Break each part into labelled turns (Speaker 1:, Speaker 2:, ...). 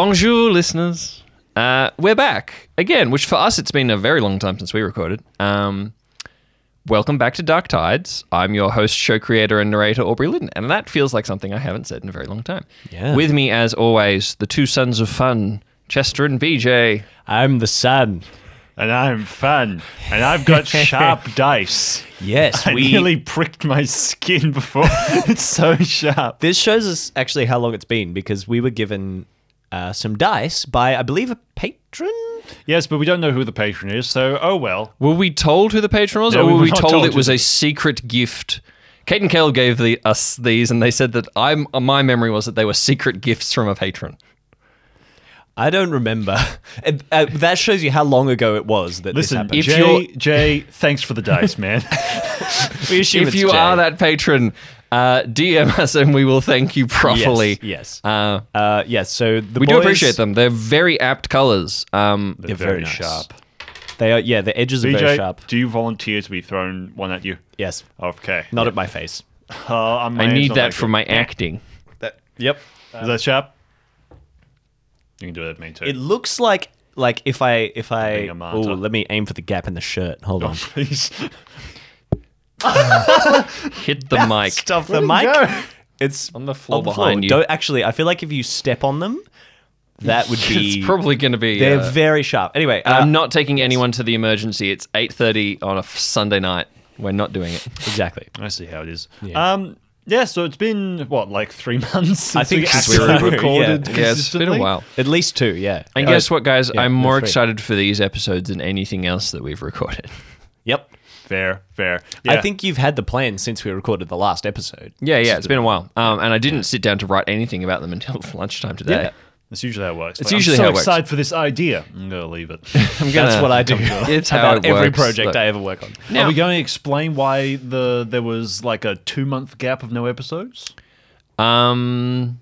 Speaker 1: Bonjour, listeners. Uh, we're back again, which for us it's been a very long time since we recorded. Um, welcome back to Dark Tides. I'm your host, show creator, and narrator Aubrey Lydon, and that feels like something I haven't said in a very long time.
Speaker 2: Yeah.
Speaker 1: With me, as always, the two sons of fun, Chester and BJ.
Speaker 2: I'm the sun.
Speaker 3: and I'm fun, and I've got sharp dice.
Speaker 2: Yes,
Speaker 3: I nearly pricked my skin before. it's so sharp.
Speaker 2: This shows us actually how long it's been because we were given uh, some dice by, I believe, a patron.
Speaker 3: Yes, but we don't know who the patron is, so oh well.
Speaker 1: Were we told who the patron was,
Speaker 3: No,
Speaker 1: or
Speaker 3: we
Speaker 1: were
Speaker 3: were
Speaker 1: we
Speaker 3: not
Speaker 1: told,
Speaker 3: told
Speaker 1: it
Speaker 3: who
Speaker 1: was
Speaker 3: the-
Speaker 1: a secret gift? Kate and Caleb gave the, us these, and they said that I'm, my memory was that they were secret gifts from a patron.
Speaker 2: I don't remember. It- uh, that shows you how long ago it was that
Speaker 3: Listen,
Speaker 2: this happened.
Speaker 1: if
Speaker 3: Jay,
Speaker 1: you're-
Speaker 3: Jay, thanks for the dice, man.
Speaker 2: we assume
Speaker 1: if
Speaker 2: it's
Speaker 1: you
Speaker 2: Jay.
Speaker 1: are that patron, uh, DM us and we will thank you properly.
Speaker 2: yes, yes,
Speaker 1: Uh,
Speaker 2: uh, yes. So the
Speaker 1: we do
Speaker 2: boys-
Speaker 1: appreciate them. They're very apt colors. Um,
Speaker 2: They're
Speaker 3: very
Speaker 2: very nice.
Speaker 3: sharp.
Speaker 2: They are, yeah, the edges are very
Speaker 3: BJ,
Speaker 2: sharp.
Speaker 3: do you volunteer to be thrown one at you?
Speaker 2: Yes,
Speaker 3: Okay.
Speaker 2: not at my face.
Speaker 3: Oh, I'm- my
Speaker 1: I
Speaker 3: aim's
Speaker 1: need
Speaker 3: not
Speaker 1: that
Speaker 3: good.
Speaker 1: for my acting.
Speaker 2: Yep.
Speaker 3: Is that sharp? You can do that, to me too.
Speaker 2: It looks like like if I if I
Speaker 3: Being a martyr.
Speaker 2: oh let me aim for the gap in the shirt. Hold on.
Speaker 3: Please.
Speaker 1: Hit the mic.
Speaker 2: Stuff the mic.
Speaker 3: go?
Speaker 2: It's
Speaker 1: On the floor
Speaker 2: on the
Speaker 1: behind you.
Speaker 2: Don't actually. I feel like if you step on them, that would be.
Speaker 1: It's probably going to be.
Speaker 2: they're
Speaker 1: uh,
Speaker 2: very sharp. Anyway, uh,
Speaker 1: I'm not taking anyone to the emergency. It's 8:30 on a f- Sunday night. We're not doing it.
Speaker 2: exactly.
Speaker 3: I see how it is. Um, yeah, so it's been, what, like three months since
Speaker 2: I think
Speaker 3: we
Speaker 2: since
Speaker 3: actually
Speaker 2: we were-
Speaker 3: recorded
Speaker 2: yeah.
Speaker 1: Yeah, it's been a
Speaker 3: consistently?
Speaker 1: while.
Speaker 2: At least two. Yeah.
Speaker 1: And
Speaker 2: Yeah.
Speaker 1: guess what, guys? I'm more
Speaker 2: that's right.
Speaker 1: excited for these episodes than anything else that we've recorded.
Speaker 2: Yep.
Speaker 3: Fair, fair.
Speaker 2: I think you've had the plan since we recorded the last episode.
Speaker 1: Yeah, yeah, it's been a while. Um, and I didn't sit down to write anything about them until lunchtime today.
Speaker 3: That's usually how it works.
Speaker 1: It's
Speaker 3: Like,
Speaker 1: usually
Speaker 3: I'm so
Speaker 1: how it works.
Speaker 3: excited for this idea. I'm gonna leave it.
Speaker 1: I'm gonna-
Speaker 2: That's what I do.
Speaker 1: It's how
Speaker 2: about
Speaker 1: it
Speaker 2: every
Speaker 1: works,
Speaker 2: project
Speaker 1: look.
Speaker 2: I ever work on.
Speaker 1: Now-
Speaker 3: Are we going to explain why the there was like a two month gap of no episodes?
Speaker 1: Um,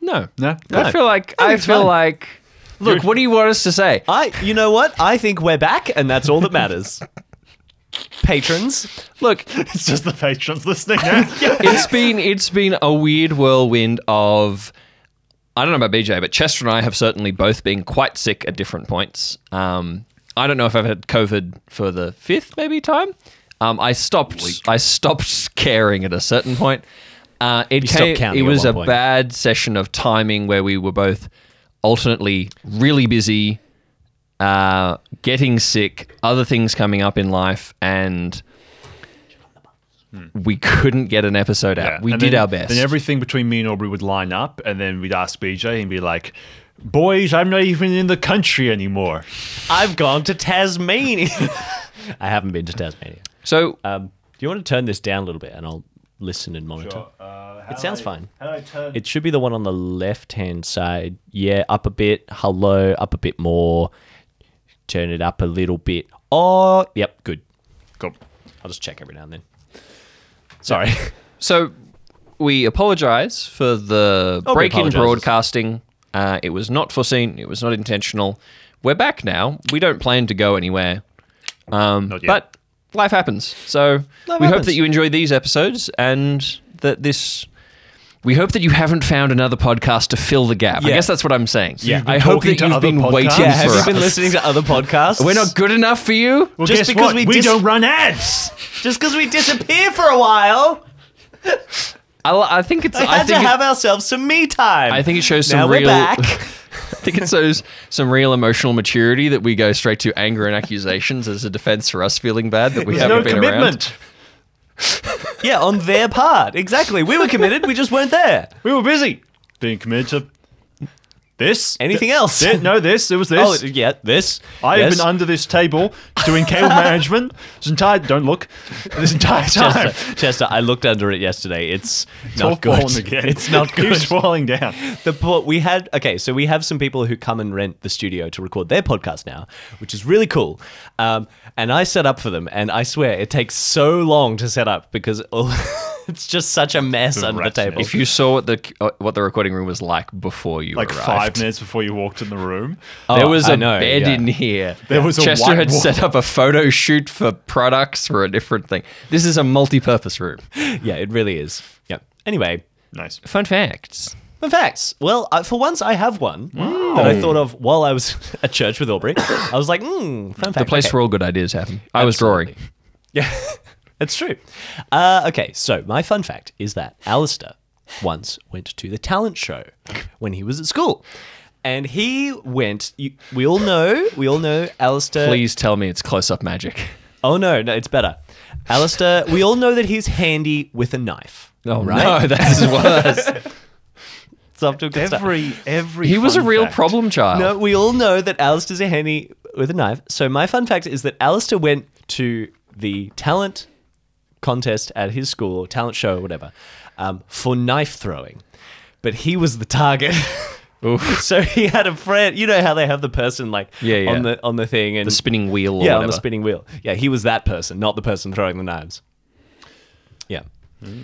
Speaker 1: no,
Speaker 3: No?
Speaker 1: I
Speaker 3: No.
Speaker 1: feel like I,
Speaker 2: it's
Speaker 1: feel
Speaker 2: fine.
Speaker 1: like. Uh, Look, what do you want us to say?
Speaker 2: I, you know what? I think we're back, and that's all that matters. Patrons,
Speaker 1: Look,
Speaker 3: It's just the patrons listening. now.
Speaker 1: it's been it's been a weird whirlwind of. I don't know about BJ, but Chester and I have certainly both been quite sick at different points. Um, I don't know if I've had COVID for the fifth maybe time. Um, I stopped. I stopped caring at a certain point. Uh, it
Speaker 2: stopped
Speaker 1: came,
Speaker 2: counting
Speaker 1: it
Speaker 2: at
Speaker 1: was
Speaker 2: one
Speaker 1: a
Speaker 2: point.
Speaker 1: bad session of timing where we were both alternately really busy, uh, getting sick, other things coming up in life, and we couldn't get an episode out.
Speaker 3: Yeah.
Speaker 1: We
Speaker 3: And
Speaker 1: did
Speaker 3: then-
Speaker 1: our best.
Speaker 3: Then everything between me and Aubrey would line up, and then we'd ask BJ and be like, "Boys, I'm not even in the country anymore."
Speaker 2: I've gone to Tasmania. I haven't been to Tasmania.
Speaker 1: so
Speaker 2: Um, do you want to turn this down a little bit, and I'll listen and monitor? It sounds fine.
Speaker 3: How do I turn?
Speaker 2: It should be the one on the left hand side. Yeah, up a bit. Hello, up a bit more. Turn it up a little bit. Oh, yep, good.
Speaker 3: Cool.
Speaker 2: I'll just check every now and then. Sorry.
Speaker 1: So we apologize for the
Speaker 3: Oh,
Speaker 2: we
Speaker 1: break in
Speaker 2: apologize.
Speaker 1: broadcasting. Uh, it was not foreseen. It was not intentional. We're back now. We don't plan to go anywhere. Um,
Speaker 3: Not yet.
Speaker 1: But life happens. So we hope
Speaker 2: happens.
Speaker 1: that you enjoyed these episodes and that this. We hope that you haven't found another podcast to fill the gap. I
Speaker 2: Yeah.
Speaker 1: guess that's what I'm saying.
Speaker 3: you've been
Speaker 1: I hope
Speaker 3: talking
Speaker 1: that
Speaker 3: to
Speaker 1: you've
Speaker 3: other
Speaker 1: been
Speaker 3: podcasts?
Speaker 1: waiting
Speaker 2: yeah,
Speaker 3: Yeah,
Speaker 2: have
Speaker 1: for
Speaker 2: you
Speaker 1: us.
Speaker 2: been listening to other podcasts?
Speaker 1: We're not good enough for you.
Speaker 3: Well,
Speaker 2: Just
Speaker 3: guess
Speaker 2: because
Speaker 3: what?
Speaker 2: we
Speaker 3: we
Speaker 2: dis-
Speaker 3: don't run ads.
Speaker 2: just because we disappear for a while.
Speaker 1: I, I think it's.
Speaker 2: We
Speaker 1: I
Speaker 2: had to
Speaker 1: think it-
Speaker 2: have ourselves some me time.
Speaker 1: I think it shows some
Speaker 2: now
Speaker 1: real.
Speaker 2: we're back.
Speaker 1: I think it shows some real emotional maturity that we go straight to anger and accusations as a defense for us feeling bad that we
Speaker 3: There's
Speaker 1: haven't
Speaker 3: no
Speaker 1: been around.
Speaker 3: commitment.
Speaker 2: yeah, on their part. Exactly. We were committed. We just weren't there.
Speaker 3: We were busy being committed to this.
Speaker 2: Anything else?
Speaker 3: Th- no, this. It was
Speaker 2: Oh,
Speaker 3: this.
Speaker 2: yeah. This.
Speaker 3: I have
Speaker 2: Yes.
Speaker 3: been under this table doing cable management this entire. Don't look. This entire time.
Speaker 2: Chester, Chester, uh, I looked under it yesterday. It's
Speaker 3: All
Speaker 2: not good.
Speaker 3: falling again.
Speaker 2: It's not good.
Speaker 3: He's falling down.
Speaker 2: The po- we had okay, so we have some people who come and rent the studio to record their podcast now, which is really cool. Um, and I set up for them, and I swear it takes so long to set up because all, it's just such a mess under the
Speaker 3: rat's
Speaker 2: table.
Speaker 1: If you saw what the uh, what the recording room was like before you
Speaker 3: Like
Speaker 1: arrived,
Speaker 3: five minutes before you walked in the room.
Speaker 1: there
Speaker 2: Oh,
Speaker 1: was a
Speaker 2: I know,
Speaker 1: bed
Speaker 2: yeah.
Speaker 1: in here.
Speaker 3: There was a
Speaker 1: Chester
Speaker 3: white
Speaker 1: had
Speaker 3: wall.
Speaker 1: set up a photo shoot for products for a different thing. This is a multi-purpose room.
Speaker 2: yeah, it really is. Yeah. Anyway,
Speaker 3: Nice.
Speaker 1: Fun facts.
Speaker 2: Fun facts. Well, I, for once, I have one that I thought of while I was at church with Aubrey. I was like, hmm, fun fact.
Speaker 1: The place where all good ideas happen. I was drawing.
Speaker 2: Yeah, that's true. Uh, okay, so my fun fact is that Alistair once went to the talent show when he was at school. And he went, you, we all know, we all know Alistair.
Speaker 1: Please tell me it's close up magic.
Speaker 2: Oh no, no, it's better. Alistair, we all know that he's handy with a knife.
Speaker 1: Oh right. No, that's worse.
Speaker 2: It's up to a good start.
Speaker 3: Every every
Speaker 1: he was a
Speaker 3: fun
Speaker 1: real
Speaker 3: fact.
Speaker 1: problem child.
Speaker 2: No, we all know that Alistair's a handy with a knife. So my fun fact is that Alistair went to the talent contest at his school, talent show, or whatever, um, for knife throwing. But he was the target. so he had a friend. You know how they have the person like
Speaker 1: Yeah, yeah.
Speaker 2: on the on the thing and
Speaker 1: The spinning wheel or
Speaker 2: yeah on
Speaker 1: whatever.
Speaker 2: the spinning wheel. Yeah, he was that person, not the person throwing the knives. Yeah.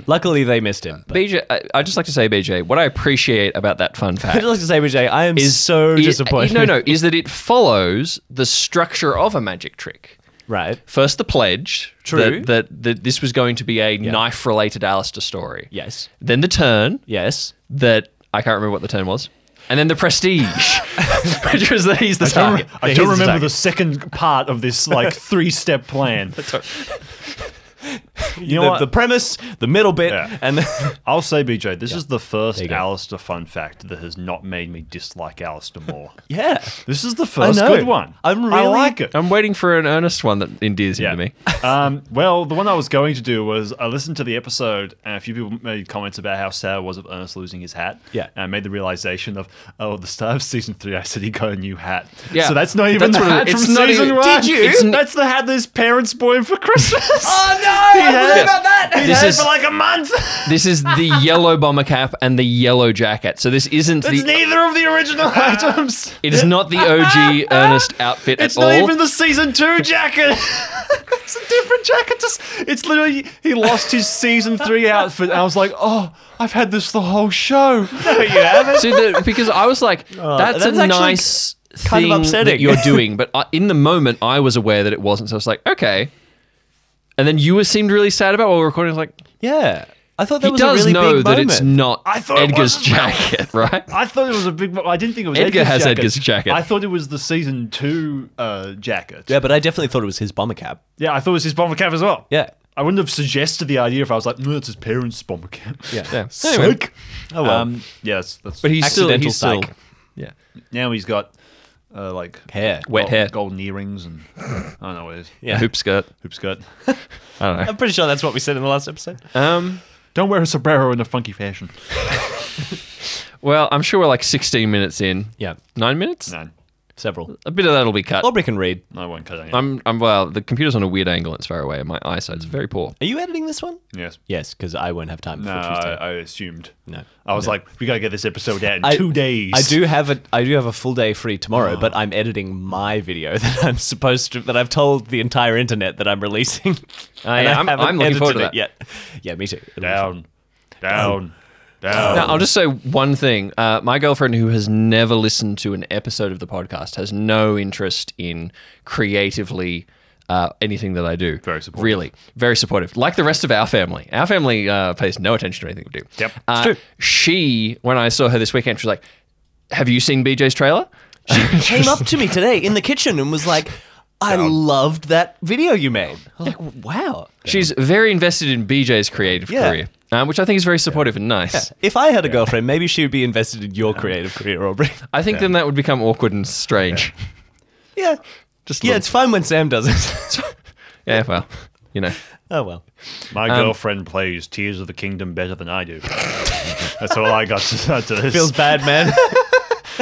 Speaker 2: Luckily, they missed him. But
Speaker 1: BJ, I, I just like to say, BJ, what I appreciate about that fun
Speaker 2: I
Speaker 1: fact
Speaker 2: just like to say, Vijay, I am so
Speaker 1: is-
Speaker 2: disappointed.
Speaker 1: No, no, is that it follows the structure of a magic trick.
Speaker 2: right?
Speaker 1: First, the pledge
Speaker 2: True.
Speaker 1: that that, that this was going to be a knife-related Alistair story.
Speaker 2: Yes,
Speaker 1: Then the turn
Speaker 2: yes.
Speaker 1: that I can't remember what the turn was, and then the prestige, which was that he's the
Speaker 3: I don't,
Speaker 1: target.
Speaker 2: Yeah,
Speaker 3: I don't
Speaker 2: he's the
Speaker 3: remember
Speaker 2: target.
Speaker 3: the second part of this like three step plan. you know
Speaker 2: the,
Speaker 3: what?
Speaker 2: the premise, the middle bit,
Speaker 3: Yeah.
Speaker 2: and
Speaker 3: I'll say, BJ, this is the first
Speaker 2: you go.
Speaker 3: Alistair fun fact that has not made me dislike Alistair more.
Speaker 2: yeah,
Speaker 3: This is the first
Speaker 2: know.
Speaker 3: good one.
Speaker 2: I'm
Speaker 3: I
Speaker 2: really-
Speaker 3: like it.
Speaker 1: I'm waiting for an earnest one that endears him to me.
Speaker 3: um, well, the one I was going to do was I listened to the episode, and a few people made comments about how sad it was of Ernest losing his hat.
Speaker 2: Yeah.
Speaker 3: And I made the realization of, oh, at the start of season three, I said he got a new hat.
Speaker 1: Yeah.
Speaker 3: So that's not even
Speaker 1: That's
Speaker 3: the
Speaker 1: what it-
Speaker 3: hat
Speaker 1: it's
Speaker 3: from
Speaker 1: not
Speaker 3: season
Speaker 1: even-
Speaker 3: one.
Speaker 1: Did you? It's n-
Speaker 3: that's the hat that his parents bought him for Christmas. oh,
Speaker 2: no,
Speaker 3: He had it.
Speaker 2: that.
Speaker 3: He
Speaker 1: This
Speaker 3: had
Speaker 1: is-
Speaker 3: it for like a month.
Speaker 1: This is the yellow bomber cap and the yellow jacket. So this isn't
Speaker 3: It's
Speaker 1: the.
Speaker 3: neither of the original items.
Speaker 1: It is not the OG Ernest outfit
Speaker 3: It's
Speaker 1: at
Speaker 3: not
Speaker 1: all.
Speaker 3: even the season two jacket. it's a different jacket. Just it's literally he lost his season three outfit. And I was like, oh, I've had this the whole show.
Speaker 2: you have it.
Speaker 1: See, the, because I was like, that's,
Speaker 2: Oh, that's
Speaker 1: a
Speaker 2: actually
Speaker 1: nice
Speaker 2: kind
Speaker 1: thing
Speaker 2: of upsetting.
Speaker 1: that you're doing, but I, in the moment, I was aware that it wasn't. So I was like, okay. And then you were seemed really sad about it while we were recording. I was like,
Speaker 2: Yeah, I thought that
Speaker 1: he
Speaker 2: was
Speaker 1: does
Speaker 2: a really
Speaker 1: know
Speaker 2: big
Speaker 1: that
Speaker 2: moment.
Speaker 1: it's not
Speaker 3: I thought it
Speaker 1: Edgar's
Speaker 3: was as well.
Speaker 1: jacket, right?
Speaker 3: I thought it was a big. I didn't think it was
Speaker 1: Edgar
Speaker 3: Edgar's
Speaker 1: has
Speaker 3: jacket.
Speaker 1: Edgar's jacket.
Speaker 3: I thought it was the season two uh, jacket.
Speaker 2: yeah, but I definitely thought it was his bomber cap.
Speaker 3: Yeah, I thought it was his bomber cap as well.
Speaker 2: Yeah.
Speaker 3: I wouldn't have suggested the idea if I was like, no, it's his parents' bomber cap.
Speaker 2: Yeah.
Speaker 1: Yeah. Anyway,
Speaker 3: Sick.
Speaker 2: Oh well.
Speaker 3: Um, yeah, that's, that's,
Speaker 1: but he's still,
Speaker 2: accidental
Speaker 1: he's still
Speaker 2: psych.
Speaker 1: yeah.
Speaker 3: now he's got uh, like
Speaker 2: Hair.
Speaker 1: Wet
Speaker 3: gold,
Speaker 1: hair.
Speaker 3: golden earrings, and I don't know what it is.
Speaker 2: Yeah.
Speaker 1: hoop skirt.
Speaker 3: Hoop skirt.
Speaker 1: I don't know.
Speaker 2: I'm pretty sure that's what we said in the last episode.
Speaker 1: Um,
Speaker 3: Don't wear a sombrero in a funky fashion.
Speaker 1: well, I'm sure we're like 16 minutes in.
Speaker 2: Yeah,
Speaker 1: Nine minutes?
Speaker 3: No,
Speaker 2: several.
Speaker 1: A bit of that'll be cut.
Speaker 2: Aubrey can read.
Speaker 3: no one cut any.
Speaker 1: I'm,
Speaker 2: Um,
Speaker 1: I'm, well, the computer's on a weird angle. It's far away, and my eyesight's very poor.
Speaker 2: Are you editing this one?
Speaker 3: yes.
Speaker 2: Yes, because I won't have time
Speaker 3: No,
Speaker 2: before
Speaker 3: I,
Speaker 2: Tuesday.
Speaker 3: I assumed.
Speaker 2: No.
Speaker 3: I was like, we gotta get this episode out in
Speaker 2: I-
Speaker 3: two days. Ah.
Speaker 2: I do have a I do have a full day free tomorrow, but I'm editing my video that I'm supposed to that I've told the entire internet that I'm releasing.
Speaker 1: I,
Speaker 2: And I
Speaker 1: am
Speaker 2: haven't
Speaker 1: I'm looking forward to
Speaker 2: edited
Speaker 1: that.
Speaker 2: it yet. Yeah, me too. It'll be fun.
Speaker 3: Down, down,
Speaker 2: Oh.
Speaker 3: down.
Speaker 1: Now, I'll just say one thing. Uh, my girlfriend, who has never listened to an episode of the podcast, has no interest in creatively uh, anything that I do.
Speaker 3: Very supportive.
Speaker 1: Really, very supportive. Like the rest of our family. Our family uh, pays no attention to anything we do.
Speaker 3: Yep.
Speaker 1: Uh,
Speaker 2: It's true.
Speaker 1: She, when I saw her this weekend, she was like, Have you seen BJ's trailer?
Speaker 2: Came up to me today in the kitchen and was like, "I loved that video you made." I was like, "Wow."
Speaker 1: She's very invested in BJ's creative
Speaker 2: Yeah.
Speaker 1: career, um, which I think is very supportive and nice.
Speaker 2: If I had a girlfriend, maybe she would be invested in your creative career, Aubrey.
Speaker 1: I think then that would become awkward and strange.
Speaker 2: yeah.
Speaker 1: Just a
Speaker 2: Yeah,
Speaker 1: little-
Speaker 2: it's fine when Sam does it.
Speaker 1: yeah, well, you know.
Speaker 2: oh well.
Speaker 3: My girlfriend plays Tears of the Kingdom better than I do. That's all I got to say to this.
Speaker 2: Feels bad, man.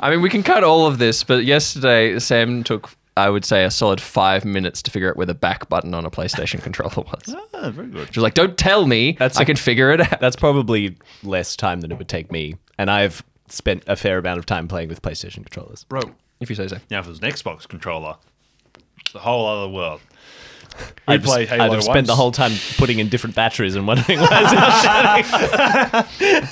Speaker 1: I mean, we can cut all of this, but yesterday Sam took, I would say, a solid five minutes to figure out where the back button on a PlayStation controller was. She
Speaker 3: Ah, very good.
Speaker 1: was like, "Don't tell me,
Speaker 2: That's
Speaker 1: I
Speaker 2: a-
Speaker 1: can figure it out."
Speaker 2: That's probably less time than it would take me, and I've spent a fair amount of time playing with PlayStation controllers.
Speaker 3: Bro.
Speaker 1: If you say so.
Speaker 3: Now, if it was an Xbox controller, the whole other world.
Speaker 2: I've,
Speaker 3: play
Speaker 2: s-
Speaker 3: Halo
Speaker 2: I've spent the
Speaker 3: once.
Speaker 2: whole time putting in different batteries and wondering why it's not shining.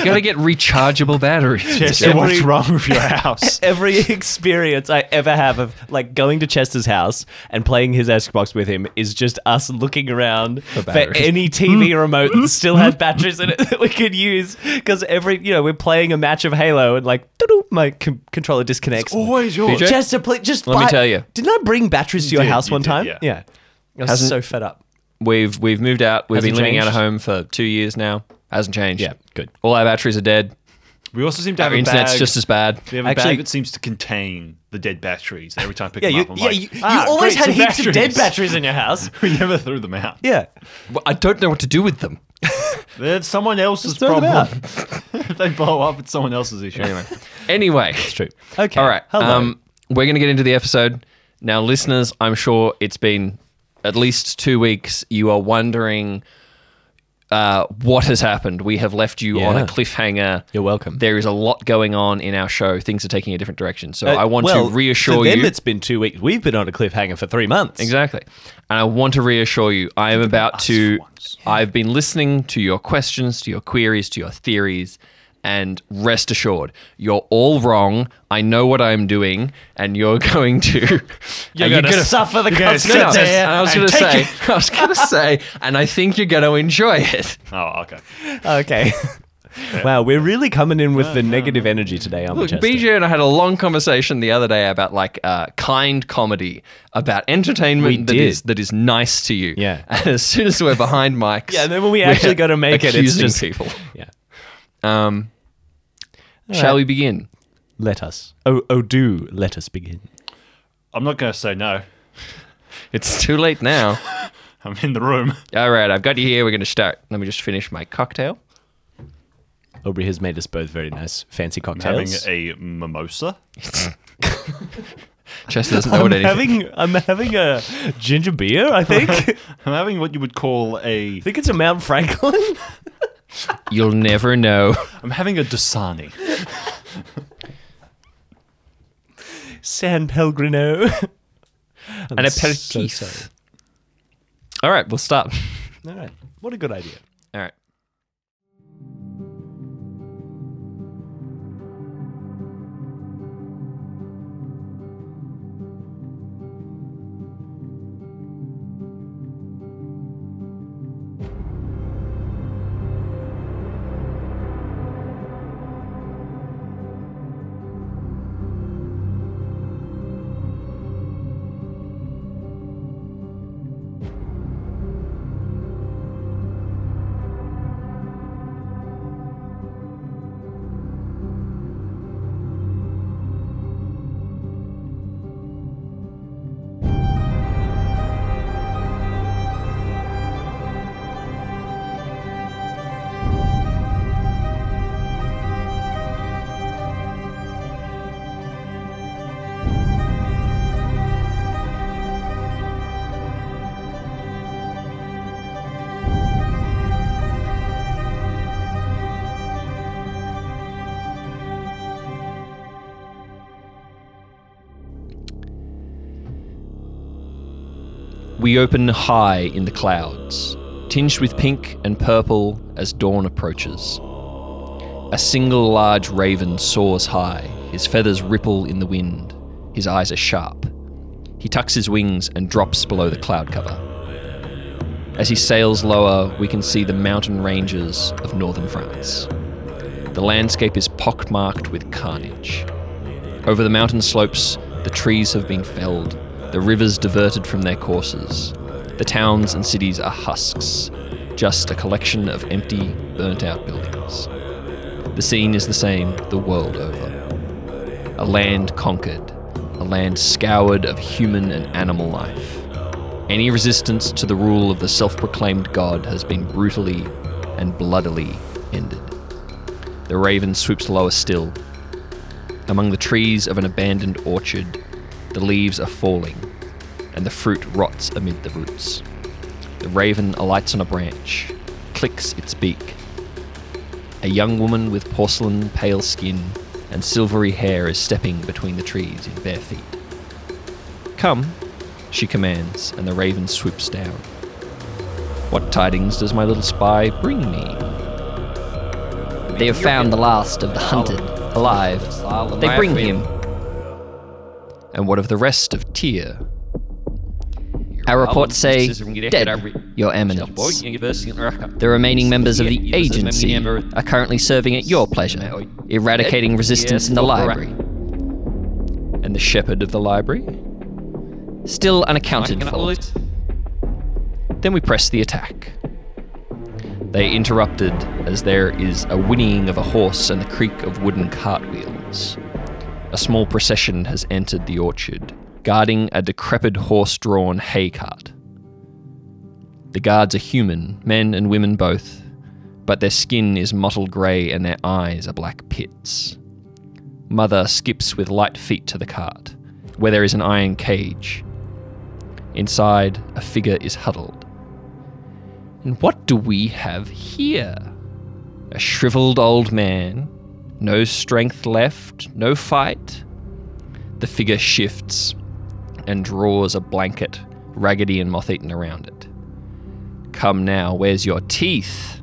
Speaker 1: You gotta get rechargeable batteries.
Speaker 3: Chester, what's
Speaker 2: every-
Speaker 3: wrong with your house?
Speaker 2: Every experience I ever have of like going to Chester's house and playing his Xbox with him is just us looking around for,
Speaker 1: batteries.
Speaker 2: any TV remote that still had batteries in it that we could use. Because every, you know, we're playing a match of Halo and like, doo-doo, my con- controller disconnects.
Speaker 3: Always yours.
Speaker 1: BJ?
Speaker 2: Chester, please, just
Speaker 1: Let me
Speaker 2: buy-
Speaker 1: tell you.
Speaker 2: Didn't I bring batteries to your
Speaker 3: did,
Speaker 2: house
Speaker 3: you
Speaker 2: one
Speaker 3: did,
Speaker 2: time?
Speaker 3: yeah.
Speaker 2: I was
Speaker 1: Hasn't-
Speaker 2: so fed up.
Speaker 1: We've we've moved out. We've
Speaker 2: Hasn't
Speaker 1: been living out of
Speaker 2: changed.
Speaker 1: home for two years now. Hasn't changed.
Speaker 2: Yeah, good.
Speaker 1: All our batteries are dead.
Speaker 3: We also seem to have
Speaker 1: Our
Speaker 3: a
Speaker 1: internet's
Speaker 3: bag.
Speaker 1: just as bad.
Speaker 3: we have a
Speaker 2: Actually-
Speaker 3: bag that seems to contain the dead batteries. Every time I pick
Speaker 2: Yeah,
Speaker 3: them
Speaker 2: you,
Speaker 3: up, I'm
Speaker 2: yeah,
Speaker 3: like,
Speaker 2: you, you
Speaker 3: "Ah,
Speaker 2: always
Speaker 3: great,
Speaker 2: had
Speaker 3: some
Speaker 2: heaps of dead
Speaker 3: batteries."
Speaker 2: batteries in your house.
Speaker 3: We never threw them out.
Speaker 2: Yeah.
Speaker 1: Well, I don't know what to do with them.
Speaker 3: They're someone else's
Speaker 2: throw them
Speaker 3: problem. if they blow up, it's someone else's issue.
Speaker 1: Anyway, anyway,
Speaker 2: It's true. Okay.
Speaker 1: all right.
Speaker 2: Hello.
Speaker 1: Um, we're gonna get into the episode now, listeners. I'm sure it's been at least two weeks. You are wondering uh, what has happened. We have left you on a
Speaker 2: Yeah.
Speaker 1: cliffhanger.
Speaker 2: You're welcome.
Speaker 1: There is a lot going on in our show. Things are taking a different direction. So
Speaker 2: Uh,
Speaker 1: I want
Speaker 2: well,
Speaker 1: to reassure
Speaker 2: for them
Speaker 1: you.
Speaker 2: it's been two weeks. We've been on a cliffhanger for three months.
Speaker 1: Exactly. And I want to reassure you, I am about to. I've been listening to your questions, to your queries, to your theories, and rest assured, you're all wrong. I know what I'm doing, and you're going to.
Speaker 2: You're,
Speaker 1: and
Speaker 2: gonna, suffer the
Speaker 3: you're gonna
Speaker 1: No, no,
Speaker 2: consequences.
Speaker 3: sit there
Speaker 1: I was
Speaker 3: and
Speaker 1: going to
Speaker 3: take
Speaker 1: say, I was going to say, and I think you're going to enjoy it.
Speaker 3: Oh, okay.
Speaker 2: Okay. wow, we're really coming in with the negative energy today, aren't we?
Speaker 1: Look,
Speaker 2: Chester?
Speaker 1: BJ and I had a long conversation the other day about like uh, kind comedy, about
Speaker 2: We
Speaker 1: entertainment that
Speaker 2: did.
Speaker 1: is that is nice to you.
Speaker 2: Yeah.
Speaker 1: And as soon as we're behind mics,
Speaker 2: Yeah, and then when we
Speaker 1: we're
Speaker 2: actually gotta make it, it's
Speaker 1: accusing
Speaker 2: just-
Speaker 1: people.
Speaker 2: Yeah.
Speaker 1: Um, shall
Speaker 2: right.
Speaker 1: we begin?
Speaker 2: Let us. Oh, oh, do let us begin.
Speaker 3: I'm not going to say no.
Speaker 1: It's too late now.
Speaker 3: I'm in the room.
Speaker 1: All right, I've got you here. We're going to start. Let me just finish my cocktail.
Speaker 2: Aubrey has made us both very nice, fancy
Speaker 3: having
Speaker 2: cocktails.
Speaker 3: a mimosa.
Speaker 1: Chester doesn't know what
Speaker 2: I'm
Speaker 1: anything.
Speaker 2: having, I'm having a ginger beer, I think. I
Speaker 3: I'm having what you would call a.
Speaker 2: think it's a Mount Franklin.
Speaker 1: You'll never know.
Speaker 3: I'm having a Dasani.
Speaker 2: San Pellegrino. I'm
Speaker 1: An
Speaker 2: so
Speaker 1: aperitif.
Speaker 2: sorry.
Speaker 1: All right, we'll stop.
Speaker 2: All right. What a good idea.
Speaker 1: All right. We open high in the clouds, tinged with pink and purple as dawn approaches. A single large raven soars high, his feathers ripple in the wind, his eyes are sharp. He tucks his wings and drops below the cloud cover. As he sails lower, we can see the mountain ranges of northern France. The landscape is pockmarked with carnage. Over the mountain slopes, the trees have been felled, the rivers diverted from their courses. The towns and cities are husks, just a collection of empty, burnt out buildings. The scene is the same the world over. A land conquered, a land scoured of human and animal life. Any resistance to the rule of the self proclaimed god has been brutally and bloodily ended. The raven swoops lower still, among the trees of an abandoned orchard, the leaves are falling, and the fruit rots amid the roots. The raven alights on a branch, clicks its beak. A young woman with porcelain pale skin and silvery hair is stepping between the trees in bare feet. Come, she commands, and the raven swoops down. What tidings does my little spy bring me?
Speaker 4: They have found the last of the hunted alive. They bring him.
Speaker 1: And what of the rest of Tyr?
Speaker 4: Our reports say dead, Your Eminence. The remaining members of the agency are currently serving at your pleasure, eradicating resistance in the library,
Speaker 1: And the shepherd of the library?
Speaker 4: still unaccounted for.
Speaker 1: Then we press the attack. They interrupted as there is a whinnying of a horse and the creak of wooden cartwheels. A small procession has entered the orchard, guarding a decrepit horse drawn hay cart. The guards are human, men and women both, but their skin is mottled grey and their eyes are black pits. Mother skips with light feet to the cart, where there is an iron cage. Inside, a figure is huddled. And what do we have here? A shriveled old man, no strength left, no fight. The figure shifts and draws a blanket, raggedy and moth eaten around it. Come now, where's your teeth?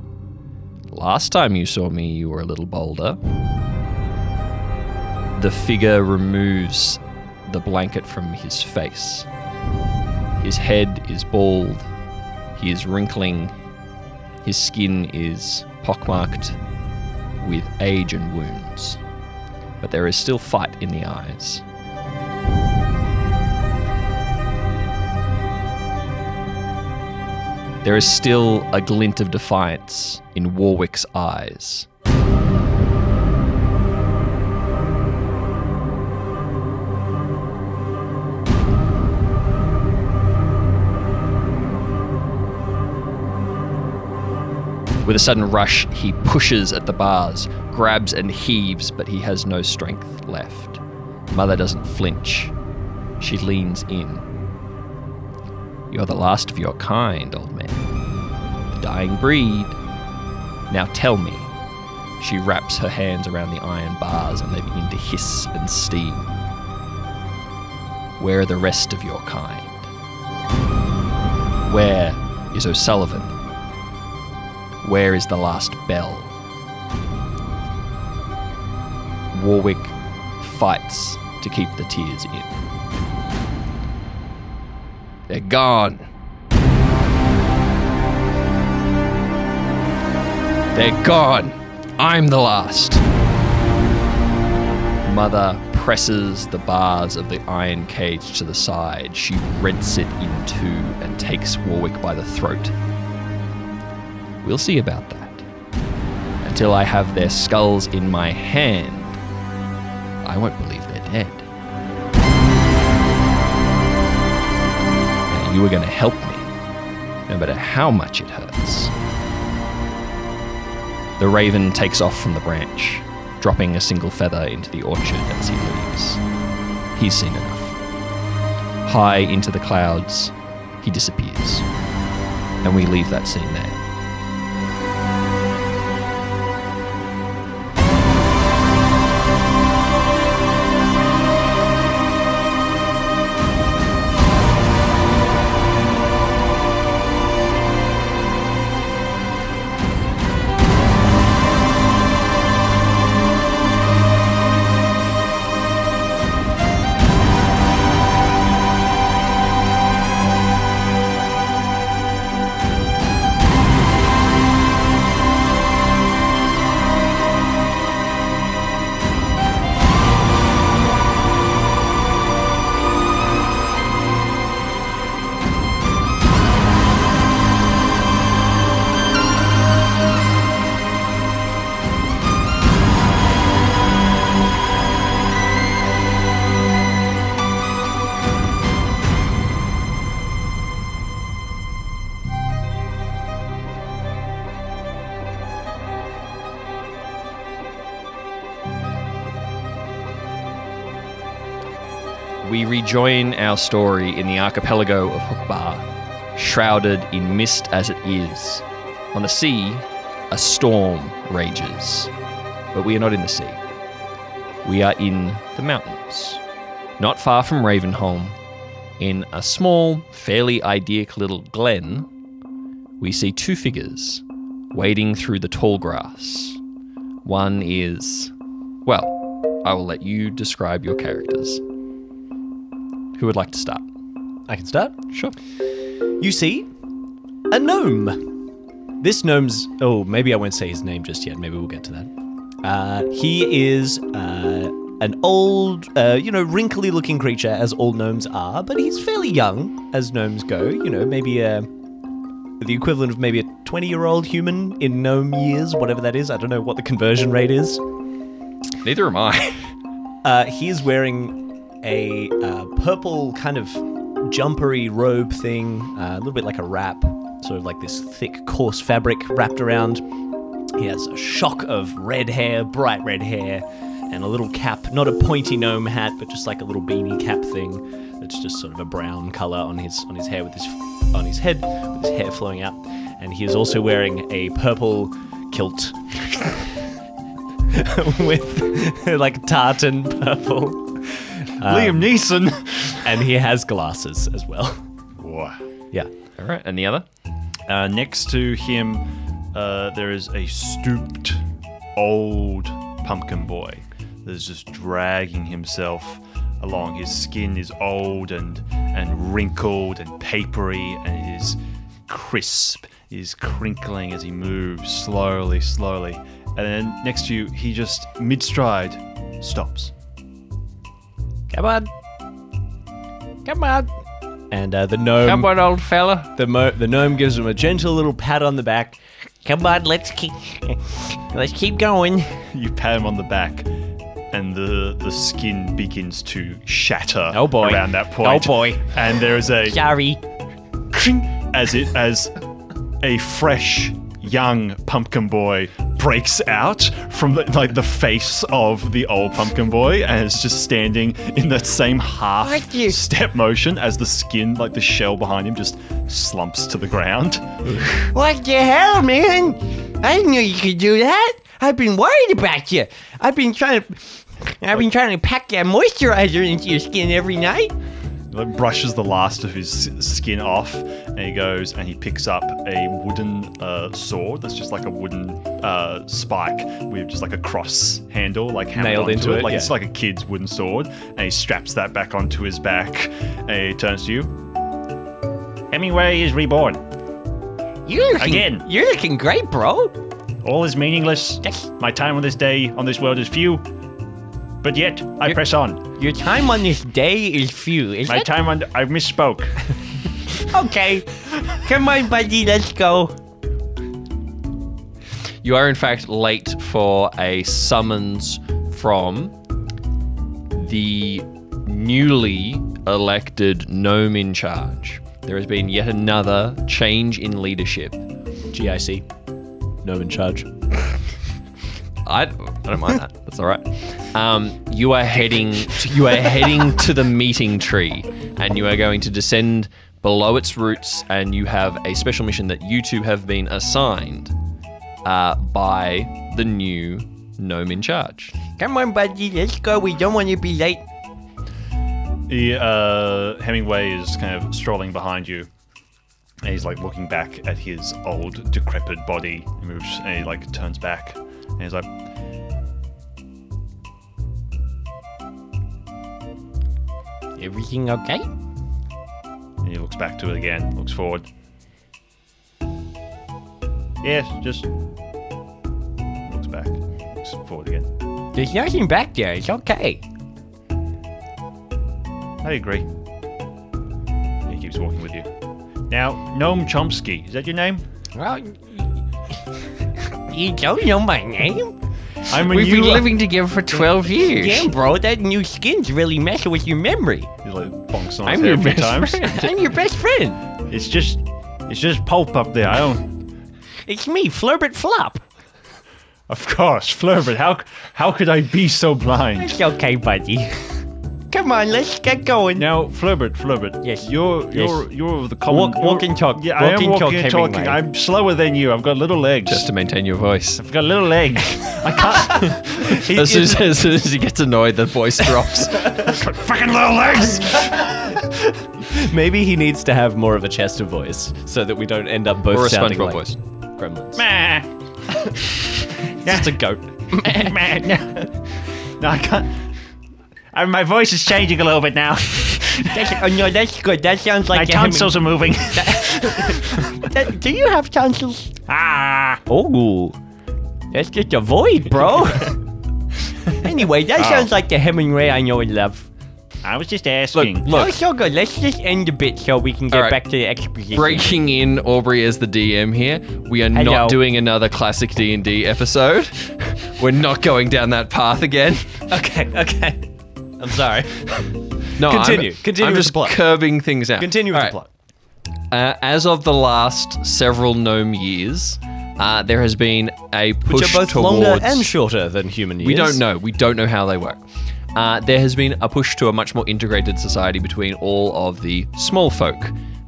Speaker 1: Last time you saw me, you were a little bolder. The figure removes the blanket from his face. His head is bald. He is wrinkling. His skin is pockmarked with age and wounds. But there is still fight in the eyes. There is still a glint of defiance in Warwick's eyes. With a sudden rush, he pushes at the bars, grabs and heaves, but he has no strength left. Mother doesn't flinch. She leans in. You're the last of your kind, old man. The dying breed. Now tell me. She wraps her hands around the iron bars and they begin to hiss and steam. Where are the rest of your kind? Where is O'Sullivan? Where is the last bell? Warwick fights to keep the tears in. They're gone. They're gone. I'm the last. Mother presses the bars of the iron cage to the side. She rents it in two and takes Warwick by the throat. We'll see about that. Until I have their skulls in my hand, I won't believe they're dead. Now, you were going to help me, no matter how much it hurts. The raven takes off from the branch, dropping a single feather into the orchard as he leaves. He's seen enough. High into the clouds, he disappears. And we leave that scene there. we rejoin our story in the archipelago of Hukbar, shrouded in mist as it is. On the sea, a storm rages. But we are not in the sea. We are in the mountains, not far from Ravenholm, In a small, fairly idyllic little glen, we see two figures wading through the tall grass. One is, well, I will let you describe your characters. Who would like to start?
Speaker 2: I can start.
Speaker 1: Sure.
Speaker 2: You see, a gnome. This gnome's. Oh, maybe I won't say his name just yet. Maybe we'll get to that. Uh, he is uh, an old, uh, you know, wrinkly looking creature, as all gnomes are, but he's fairly young as gnomes go. You know, maybe uh the equivalent of maybe a 20 year old human in gnome years, whatever that is. I don't know what the conversion rate is.
Speaker 1: Neither am I.
Speaker 2: Uh, he is wearing a uh, purple kind of jumpery robe thing, uh, a little bit like a wrap, sort of like this thick, coarse fabric wrapped around. He has a shock of red hair, bright red hair, and a little cap, not a pointy gnome hat, but just like a little beanie cap thing that's just sort of a brown color on his on his hair with his on his head with his hair flowing out. And he is also wearing a purple kilt with like tartan purple. Um,
Speaker 3: Liam Neeson.
Speaker 2: and he has glasses as well. Yeah.
Speaker 1: All right, and the other?
Speaker 3: Uh, next to him, uh, there is a stooped old pumpkin boy that is just dragging himself along. His skin is old and, and wrinkled and papery, and it is crisp. It is crinkling as he moves slowly, slowly. And then next to you, he just mid stride stops.
Speaker 2: Come on. Come on. And uh, the gnome.
Speaker 1: old fella.
Speaker 2: The, mo- the gnome gives him a gentle little pat on the back. Come on, let's keep, let's keep going.
Speaker 3: You pat him on the back, and the the skin begins to shatter.
Speaker 2: Oh, boy.
Speaker 3: Around that point.
Speaker 2: Oh, boy.
Speaker 3: And there is a
Speaker 2: Sorry.
Speaker 3: kring as it as a fresh young pumpkin boy breaks out from the, like the face of the old pumpkin boy and is just standing in that same half step motion as the skin like the shell behind him just slumps to the ground
Speaker 5: What the hell, man? I didn't know you could do that. I've been worried about you. I've been trying to. I've been trying to pack that moisturizer into your skin every night.
Speaker 3: like brushes the last of his s- skin off and he goes and he picks up a wooden uh, sword that's just like a wooden uh, spike with just like a cross handle like hammered
Speaker 2: Nailed
Speaker 3: onto
Speaker 2: into it,
Speaker 3: like
Speaker 2: yeah.
Speaker 3: it's like a kid's wooden sword and he straps that back onto his back and he turns to you Hemingway is reborn
Speaker 5: You're looking,
Speaker 3: Again.
Speaker 5: You're looking great, bro.
Speaker 3: all is meaningless
Speaker 5: Yes.
Speaker 3: my time on this day on this world is few but yet I press on
Speaker 5: Your time on this day is few. Is
Speaker 3: my
Speaker 5: it?
Speaker 3: time on I misspoke
Speaker 5: okay. Come on, buddy. Let's go.
Speaker 1: You are, in fact, late for a summons from the newly elected gnome in charge. There has been yet another change in leadership.
Speaker 2: GIC. Gnome in charge.
Speaker 1: I, I don't mind that. That's all right. Um, you are heading to, you are heading to the meeting tree, and you are going to descend below its roots, and you have a special mission that you two have been assigned uh, by the new gnome in charge.
Speaker 5: Come on, buddy. Let's go. We don't want to be late.
Speaker 3: He, uh, Hemingway is kind of strolling behind you, and he's like looking back at his old decrepit body. He moves and he like turns back, and he's like,
Speaker 5: Everything okay?
Speaker 3: and he looks back to it again, looks forward. Yes, just looks back, looks forward again.
Speaker 5: There's nothing back there. It's okay.
Speaker 3: I agree. And he keeps walking with you. Now, Noam Chomsky, is that your name?
Speaker 5: Well, you don't know my name?
Speaker 3: I'm a
Speaker 4: We've
Speaker 3: new-
Speaker 4: been living together for 12 years.
Speaker 5: Damn, bro. That new skin's really messing with your memory.
Speaker 3: He's like bonks on his
Speaker 1: I'm
Speaker 3: head
Speaker 1: your
Speaker 3: a few
Speaker 1: best
Speaker 3: times.
Speaker 5: I'm your best friend.
Speaker 3: It's just, it's just pulp up there. I don't.
Speaker 5: It's me, Flurbert Flop.
Speaker 3: Of course, Flurbert. How how could I be so blind?
Speaker 5: It's okay, buddy. Come on, let's get going.
Speaker 3: Now, Flobert, Flobert.
Speaker 5: Yes.
Speaker 3: You're
Speaker 5: Yes.
Speaker 3: you're you're of the common.
Speaker 5: Walk- walk
Speaker 3: you're-
Speaker 5: and talk.
Speaker 3: Yeah, I
Speaker 5: Walk
Speaker 3: am
Speaker 5: and talk
Speaker 3: walking and
Speaker 5: every
Speaker 3: talking.
Speaker 5: way.
Speaker 3: I'm slower than you. I've got little legs.
Speaker 1: Just to maintain your voice.
Speaker 3: I've got little legs. I can't. He
Speaker 1: As soon as,
Speaker 3: isn't-
Speaker 1: as soon as he gets annoyed, the voice drops.
Speaker 3: fucking little legs.
Speaker 2: Maybe he needs to have more of a Chester voice so that we don't end up both
Speaker 1: or a
Speaker 2: sounding
Speaker 1: SpongeBob
Speaker 2: like
Speaker 1: voice.
Speaker 2: gremlins.
Speaker 3: Meh.
Speaker 2: Just a goat.
Speaker 3: Meh. no, I can't. I, my voice is changing a little bit now.
Speaker 5: That's, oh no, that's good. That sounds like
Speaker 3: My
Speaker 5: a humming-
Speaker 3: tonsils are moving.
Speaker 5: That- do you have tonsils?
Speaker 3: ah.
Speaker 5: Oh, that's just a void, bro. anyway, that sounds like the Hemingway I know and love.
Speaker 3: I was just
Speaker 1: Look,
Speaker 3: asking.
Speaker 5: That
Speaker 1: look.
Speaker 5: was so good. Let's just end the bit so we can get
Speaker 1: All right.
Speaker 5: back to the exposition.
Speaker 1: Breaking in Aubrey as the DM here. We are
Speaker 5: Hello.
Speaker 1: not doing another classic D and D episode. We're not going down that path again.
Speaker 2: Okay, okay. I'm sorry.
Speaker 1: No,
Speaker 2: Continue.
Speaker 1: I'm,
Speaker 2: Continue
Speaker 1: I'm
Speaker 2: with
Speaker 1: just
Speaker 2: the plot.
Speaker 1: curving things out.
Speaker 2: Continue with
Speaker 1: All
Speaker 2: the
Speaker 1: right.
Speaker 2: plot.
Speaker 1: Uh, as of the last several gnome years, uh, there has been a push
Speaker 2: Which are both
Speaker 1: towards.
Speaker 2: longer and shorter than human years.
Speaker 1: We don't know. We don't know how they work. Uh, there has been a push to a much more integrated society between all of the small folk.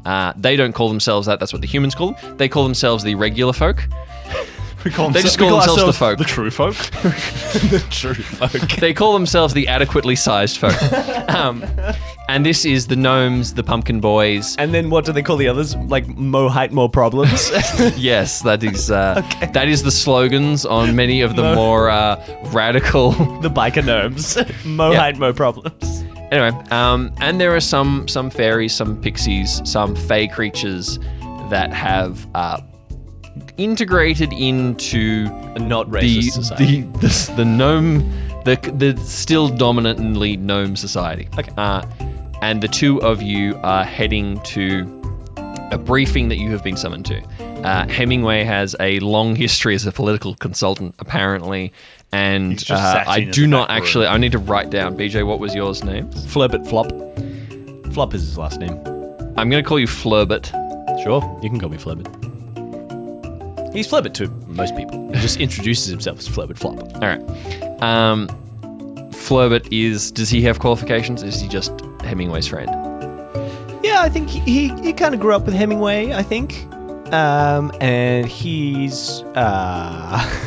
Speaker 1: Uh, they don't call themselves that. That's what the humans call them. They call themselves the regular folk.
Speaker 3: we call
Speaker 1: They
Speaker 3: themse-
Speaker 1: just
Speaker 3: we
Speaker 1: call themselves the folk.
Speaker 3: ourselves The true folk.
Speaker 1: They call themselves the adequately sized folk. um, and this is the gnomes, the pumpkin boys.
Speaker 2: And then what do they call the others? Like mo height, more problems.
Speaker 1: Yes, that is uh, that is the slogans on many of the
Speaker 2: No.
Speaker 1: more uh, radical
Speaker 2: the biker gnomes. Mo
Speaker 1: Yeah.
Speaker 2: height, mo problems.
Speaker 1: anyway, um, and there are some some fairies, some pixies, some fey creatures that have uh, integrated into
Speaker 2: A not
Speaker 1: the
Speaker 2: racist society.
Speaker 1: the, the s- the gnome the the still dominantly gnome society.
Speaker 2: Okay.
Speaker 1: Uh, and the two of you are heading to a briefing that you have been summoned to. Uh, Hemingway has a long history as a political consultant, apparently, and
Speaker 3: just
Speaker 1: uh,
Speaker 3: sat
Speaker 1: I
Speaker 3: in at
Speaker 1: do
Speaker 3: the
Speaker 1: not
Speaker 3: back room.
Speaker 1: actually. I need to write down. BJ, what was yours name?
Speaker 2: Flirbit Flop. Flop is his last name.
Speaker 1: I'm going to call you Flurbit.
Speaker 2: Sure, you can call me Flirbit. He's Flirbit to most people. He just introduces himself as Flirbit Flop.
Speaker 1: All right. Um, Flurbit is. Does he have qualifications? Is he just Hemingway's friend?
Speaker 2: Yeah, I think he, he kind of grew up with Hemingway, I think. Um, and he's.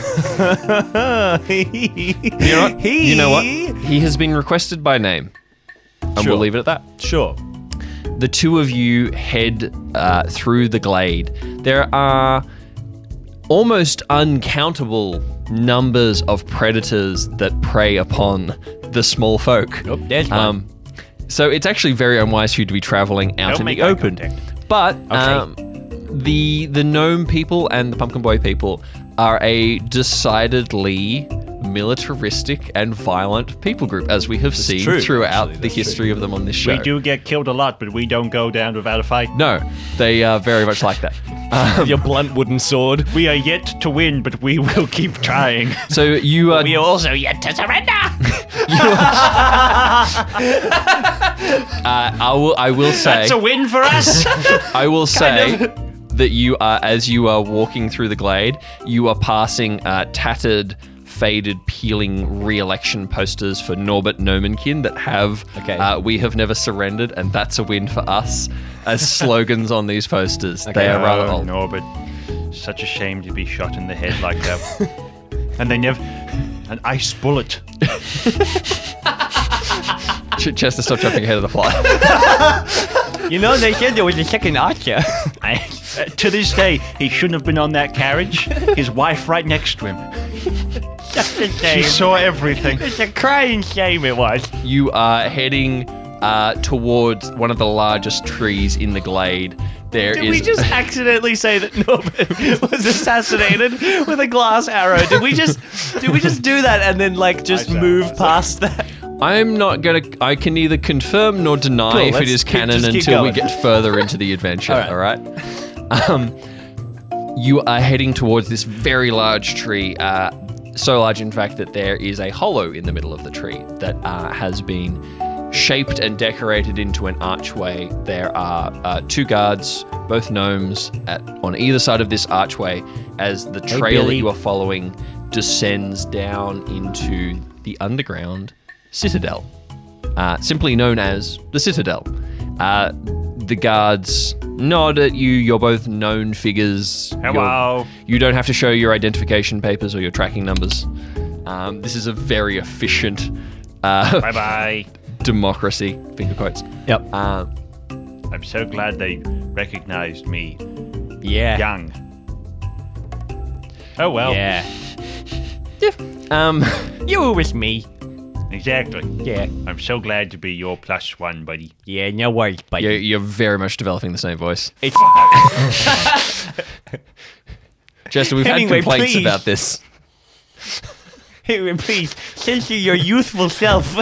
Speaker 2: Uh,
Speaker 1: You know what?
Speaker 2: He-
Speaker 1: You know what? He has been requested by name. And
Speaker 2: Sure.
Speaker 1: we'll leave it at that.
Speaker 2: sure.
Speaker 1: The two of you head uh, through the glade. There are almost uncountable numbers of predators that prey upon the small folk.
Speaker 2: Nope, there's one.
Speaker 1: Um, so it's actually very unwise for you to be traveling out
Speaker 3: Don't
Speaker 1: in
Speaker 3: make
Speaker 1: the
Speaker 3: eye
Speaker 1: open.
Speaker 3: contact.
Speaker 1: But um, the the gnome people and the pumpkin boy people are a decidedly militaristic and violent people group, as we have seen
Speaker 2: true,
Speaker 1: throughout
Speaker 2: actually,
Speaker 1: the
Speaker 2: that's true.
Speaker 1: history of them on this show.
Speaker 3: We do get killed a lot, but we don't go down without a fight.
Speaker 1: No, they are very much like that. Um,
Speaker 2: Your blunt wooden sword.
Speaker 3: We are yet to win, but we will keep trying.
Speaker 1: so you are. uh,
Speaker 5: We are also yet to surrender.
Speaker 1: I will. I will say.
Speaker 3: That's a win for us.
Speaker 1: I will say that you are, as you are walking through the glade, you are passing uh, tattered, faded, peeling re-election posters for Norbert Nomenkin that have
Speaker 2: Okay.
Speaker 1: uh, "We have never surrendered" and "That's a win for us" as slogans on these posters. They are rather
Speaker 3: Oh,
Speaker 1: old.
Speaker 3: No, but such a shame to be shot in the head like that. and they never. An ice bullet.
Speaker 1: Ch- Chester, stop jumping ahead of the plot.
Speaker 5: you know, they said there was a second archer.
Speaker 3: I, uh, to this day, he shouldn't have been on that carriage. His wife right next to him.
Speaker 5: That's a shame.
Speaker 3: He saw everything.
Speaker 5: It's a crying shame it was.
Speaker 1: you are heading uh, towards one of the largest trees in the glade. There is.
Speaker 2: Did we just accidentally say that Norbert was assassinated with a glass arrow? Did we just did we just do that and then like just
Speaker 3: I said,
Speaker 2: move
Speaker 3: I said.
Speaker 2: past that?
Speaker 1: I'm not gonna. I can neither confirm nor deny
Speaker 2: Cool,
Speaker 1: if it
Speaker 2: let's
Speaker 1: is
Speaker 2: keep-
Speaker 1: canon
Speaker 2: just keep
Speaker 1: until we
Speaker 2: going.
Speaker 1: get further into the adventure.
Speaker 2: All
Speaker 1: all right. Um, you are heading towards this very large tree. Uh, so large, in fact, that there is a hollow in the middle of the tree that uh, has been shaped and decorated into an archway. There are uh, two guards, both gnomes, at, on either side of this archway as the trail that
Speaker 5: Billy.
Speaker 1: you are following descends down into the underground citadel. uh, simply known as the Citadel. Uh, the guards nod at you. You're both known figures. You're-
Speaker 3: Hello.
Speaker 1: you don't have to show your identification papers or your tracking numbers. Um, this is a very efficient uh,
Speaker 3: Bye bye.
Speaker 1: democracy. Finger quotes.
Speaker 2: Yep.
Speaker 1: Uh,
Speaker 3: I'm so glad they recognized me
Speaker 2: Yeah.
Speaker 3: young. Oh well.
Speaker 2: Yeah.
Speaker 1: um,
Speaker 2: You were with me.
Speaker 3: Exactly.
Speaker 2: Yeah.
Speaker 3: I'm so glad to be your plus one, buddy.
Speaker 2: Yeah, no worries, buddy.
Speaker 1: you're, you're very much developing the same voice.
Speaker 2: It's-
Speaker 1: Jester, we've
Speaker 2: Hemingway,
Speaker 1: had complaints
Speaker 2: please.
Speaker 1: about this.
Speaker 2: Hey, please censor your youthful self.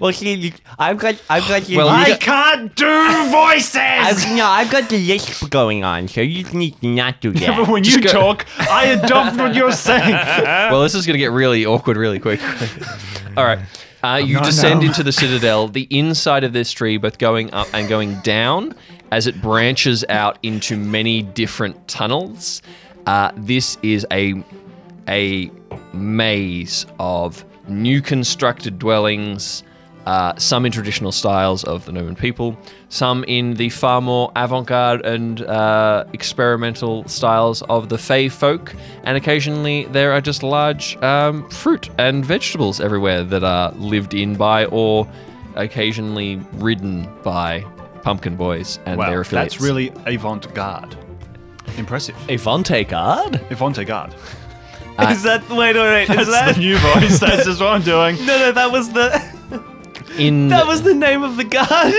Speaker 2: well, see, you- I've got, I've got your.
Speaker 1: Well, you
Speaker 2: I,
Speaker 1: don't-
Speaker 3: can't do voices!
Speaker 2: I've, no, I've got the lisp going on, so you need to not do
Speaker 3: But
Speaker 2: that.
Speaker 3: when
Speaker 1: Just
Speaker 3: you
Speaker 1: go-
Speaker 3: talk, I adopt what you're saying.
Speaker 1: well, this is going to get really awkward really quick. All right. Uh, you descend into the citadel, the inside of this tree, both going up and going down as it branches out into many different tunnels. Uh, this is a a maze of new constructed dwellings, uh, some in traditional styles of the Norman people, some in the far more avant garde and uh, experimental styles of the Fey folk, and occasionally there are just large um, fruit and vegetables everywhere that are lived in by or occasionally ridden by pumpkin boys and their affiliates.
Speaker 3: that's really avant-garde. Impressive.
Speaker 2: Avante guard?
Speaker 3: Avant-garde.
Speaker 2: is that wait, wait, wait? Is
Speaker 3: That's
Speaker 2: that
Speaker 3: the new voice. That's just what I'm doing.
Speaker 2: no, no? That was the
Speaker 1: in
Speaker 2: that was the name of the guard.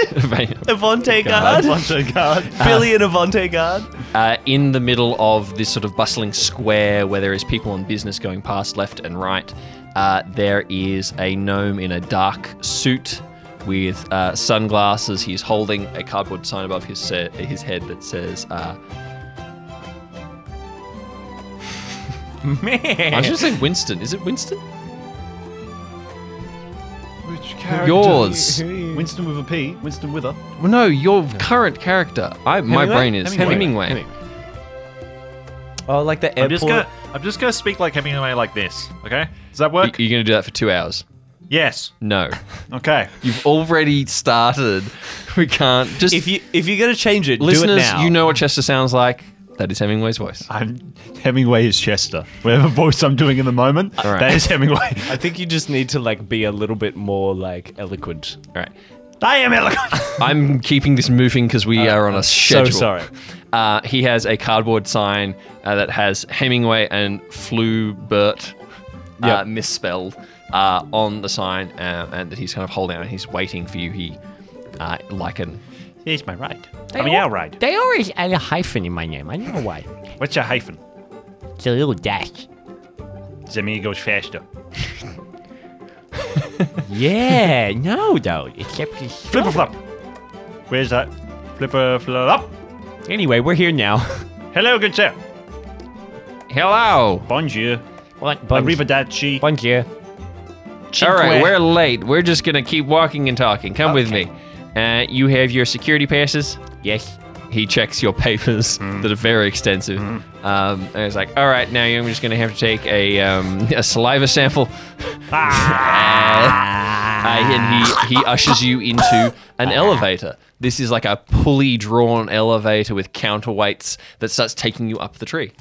Speaker 2: Avante guard.
Speaker 3: Avant-garde.
Speaker 2: Billy and Avante guard.
Speaker 1: uh, in the middle of this sort of bustling square where there is people and business going past left and right. Uh, there is a gnome in a dark suit with uh, sunglasses. He's holding a cardboard sign above his se- his head that says, uh, "I
Speaker 2: Man,
Speaker 1: was going to say Winston. Is it Winston?
Speaker 3: Which character?
Speaker 1: Yours.
Speaker 3: Winston with a P. Winston with a.
Speaker 1: Well, no, your current character. I my
Speaker 2: Hemingway?
Speaker 1: brain is
Speaker 2: Hemingway.
Speaker 1: Hemingway.
Speaker 2: oh, like the
Speaker 6: I'm just
Speaker 2: airport.
Speaker 6: gonna I'm just gonna speak like Hemingway like this. Okay? Does that work?
Speaker 1: You, are going to do that for two hours?
Speaker 6: yes.
Speaker 1: No,
Speaker 6: Okay.
Speaker 1: you've already started. We can't just
Speaker 2: If you if you're gonna change it, do it
Speaker 1: listeners.
Speaker 2: now. Ah.
Speaker 1: you know what Chester sounds like. That is Hemingway's voice.
Speaker 3: I'm Hemingway is Chester. Whatever voice I'm doing in the moment,
Speaker 1: right.
Speaker 3: that is Hemingway.
Speaker 2: I think you just need to like be a little bit more like eloquent.
Speaker 1: All right.
Speaker 3: I am eloquent.
Speaker 1: I'm keeping this moving because we are on a schedule.
Speaker 2: Ah, So sorry.
Speaker 1: Uh, he has a cardboard sign uh, that has Hemingway and Flubert uh,
Speaker 2: Yep.
Speaker 1: misspelled uh, on the sign, uh, and that he's kind of holding out. and He's waiting for you. He uh, like an
Speaker 6: Here's my ride. I mean our ride.
Speaker 2: They always add a hyphen in my name. I don't know why.
Speaker 6: What's your hyphen?
Speaker 2: It's a little dash.
Speaker 6: Does that mean it goes faster?
Speaker 2: Yeah, no, though. Except it's-
Speaker 6: Flipper flop. Where's that? Flipper flop.
Speaker 2: anyway, we're here now.
Speaker 6: Hello, good sir.
Speaker 1: hello.
Speaker 6: Bonjour.
Speaker 2: What?
Speaker 6: Arrivederci.
Speaker 2: Bonjour.
Speaker 1: All right, we're late. We're just gonna keep walking and talking. Come with me. Uh, you have your security passes.
Speaker 2: Yes.
Speaker 1: he checks your papers that are very extensive. Um, and he's like, all right, now you're just going to have to take a, um, a saliva sample.
Speaker 6: Ah,
Speaker 1: Uh,
Speaker 2: Ah.
Speaker 1: and he, he ushers you into an elevator. This is like a pulley drawn elevator with counterweights that starts taking you up the tree.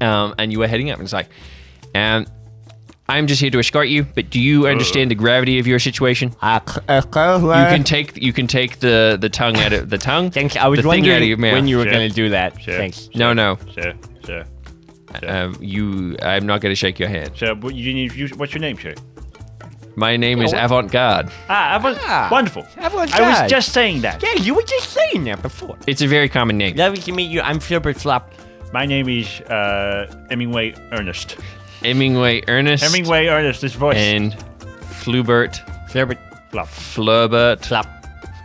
Speaker 1: Um, and you are heading up. And he's like, um, I'm just here to escort you, but do you understand the gravity of your situation?
Speaker 2: Uh, c- uh, you
Speaker 1: You can take you can take the the tongue out of the tongue.
Speaker 2: Thanks. I was
Speaker 1: the finger
Speaker 2: wondering
Speaker 1: out of your mouth.
Speaker 2: when you were
Speaker 6: Sure.
Speaker 2: going to do that.
Speaker 6: Sure.
Speaker 2: Thanks.
Speaker 1: No, no.
Speaker 6: Sir, sir,
Speaker 1: Um, you. I'm not going to shake your hand.
Speaker 6: sir. What you need? You, what's your name, sir?
Speaker 1: My name is Avant Garde.
Speaker 6: Ah, I was wonderful.
Speaker 2: Avant
Speaker 6: I
Speaker 2: garde.
Speaker 6: was just saying that.
Speaker 2: Yeah, you were just saying that before.
Speaker 1: It's a very common name.
Speaker 2: Lovely to meet you. I'm Flipper Flop.
Speaker 6: My name is uh, Hemingway Ernest.
Speaker 1: Hemingway Ernest
Speaker 6: Hemingway Ernest. This voice.
Speaker 1: and Flubert
Speaker 2: Flipper
Speaker 6: Flop.
Speaker 1: Flurbert
Speaker 2: Flop.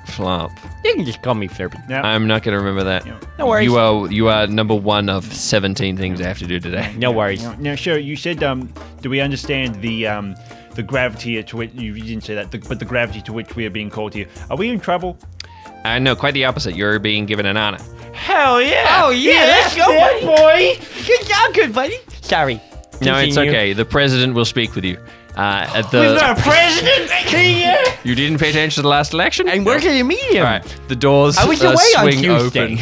Speaker 1: Flop.
Speaker 2: You can just call me Flipper.
Speaker 6: Yeah.
Speaker 1: I'm not going to remember that.
Speaker 2: No worries.
Speaker 1: You are you are number one of 17 things I have to do today.
Speaker 2: No worries.
Speaker 6: Now, now, sir, you said, um, do we understand the um, the gravity to which you didn't say that, the, but the gravity to which we are being called here? Are we in trouble?
Speaker 1: I know quite the opposite. You're being given an honor.
Speaker 2: Hell yeah! Oh yeah, let's go, buddy. boy. Good job, good buddy. Sorry.
Speaker 1: No, it's
Speaker 2: you.
Speaker 1: okay. The president will speak with you. Uh, at the
Speaker 5: president here,
Speaker 1: you didn't pay attention to the last election.
Speaker 5: and we're gonna meet him.
Speaker 1: All right, the doors
Speaker 5: I was
Speaker 1: uh,
Speaker 5: away on
Speaker 1: swing
Speaker 5: Tuesday.
Speaker 1: open,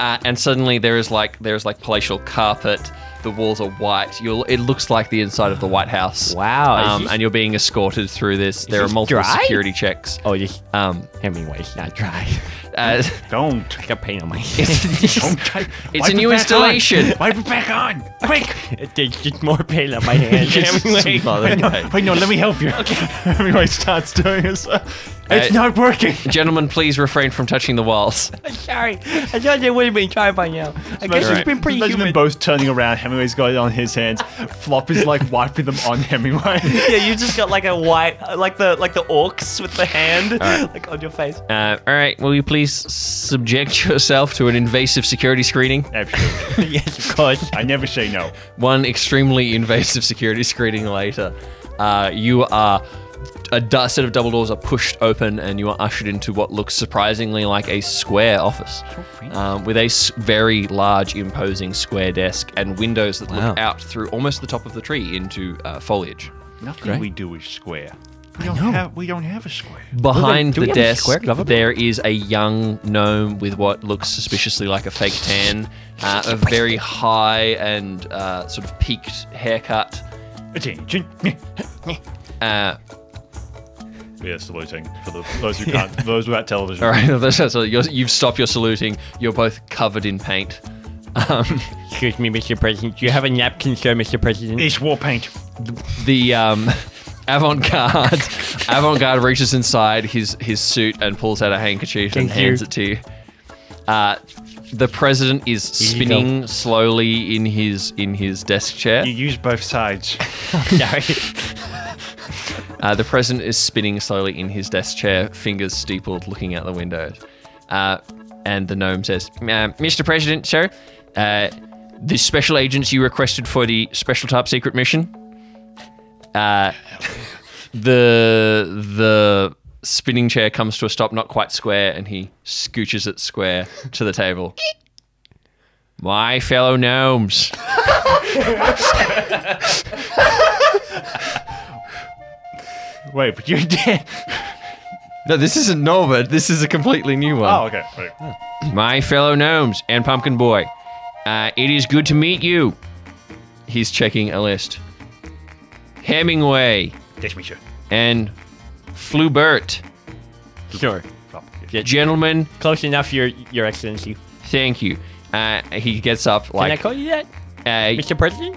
Speaker 1: uh, and suddenly there is like there is like palatial carpet. The walls are white. You'll, it looks like the inside of the White House.
Speaker 2: Wow, is
Speaker 1: Um,
Speaker 2: this-
Speaker 1: and you're being escorted through this. There are
Speaker 2: this
Speaker 1: multiple
Speaker 2: dry?
Speaker 1: security checks.
Speaker 2: Oh, yeah.
Speaker 1: Um,
Speaker 2: Hemingway's not dry.
Speaker 1: uh,
Speaker 3: Don't.
Speaker 2: I got paint on my
Speaker 1: it's,
Speaker 3: Don't take.
Speaker 1: it's a new installation.
Speaker 3: Wipe it back on. Quick.
Speaker 2: There's just more paint on my hand.
Speaker 3: Wait, wait, no, let me help you. Okay. Hemingway starts doing it. so- It's
Speaker 1: Uh,
Speaker 3: not working.
Speaker 1: Gentlemen, please refrain from touching the walls.
Speaker 5: Sorry, I thought they would have been tried by now. I guess
Speaker 1: Right.
Speaker 5: it's been pretty
Speaker 3: Imagine them
Speaker 5: humid.
Speaker 3: both turning around. Hemingway's got it on his hands. Flop is like wiping them on Hemingway.
Speaker 2: yeah, you just got like a white, like the like the orcs with the hand, like on your face.
Speaker 1: Uh, all right, will you please subject yourself to an invasive security screening?
Speaker 3: Absolutely.
Speaker 2: yes, of course.
Speaker 3: I never say no.
Speaker 1: one extremely invasive security screening later, uh, you are a du- set of double doors are pushed open and you are ushered into what looks surprisingly like a square office
Speaker 2: Oh,
Speaker 1: um, with a s- very large imposing square desk and windows that look out through almost the top of the tree into uh, foliage
Speaker 3: Nothing we do is square. We don't have. We don't have a square.
Speaker 1: behind
Speaker 2: do
Speaker 1: the
Speaker 2: we have a
Speaker 1: desk
Speaker 2: square glove?
Speaker 1: there is a young gnome with what looks suspiciously like a fake tan uh, a very high and uh, sort of peaked haircut
Speaker 3: Attention.
Speaker 1: uh,
Speaker 3: Yeah, saluting for the, those who can't. Those without television.
Speaker 1: All right, that's- so you're, you've stopped your saluting. You're both covered in paint.
Speaker 2: Excuse me, Mr. President. Do you have a napkin, sir, Mr. President?
Speaker 3: It's war paint.
Speaker 1: The um, avant-garde, avant-garde reaches inside his his suit and pulls out a handkerchief and
Speaker 2: Thank you.
Speaker 1: hands it to you. Uh, the president is spinning slowly in his in his desk chair.
Speaker 3: You use both sides.
Speaker 1: Uh, the president is spinning slowly in his desk chair, fingers steepled, looking out the window. Uh, and the gnome says, "Uh, Mr. President, sir, uh, the special agents you requested for the special top secret mission, uh, the the spinning chair comes to a stop, not quite square, and he scooches it square to the table. My fellow gnomes.
Speaker 3: Wait, but you're dead.
Speaker 1: No, this isn't Norbert. This is a completely new one.
Speaker 3: Oh, okay. Wait.
Speaker 1: My fellow gnomes and pumpkin boy, uh, it is good to meet you. He's checking a list. Hemingway
Speaker 3: That's me, sure.
Speaker 1: and Flubert.
Speaker 2: Sure.
Speaker 3: Flop.
Speaker 1: Gentlemen,
Speaker 2: Close enough, Your Your Excellency. Can
Speaker 1: thank you. Uh, he gets up
Speaker 2: I
Speaker 1: like,
Speaker 2: call you that,
Speaker 1: uh,
Speaker 2: Mr. President?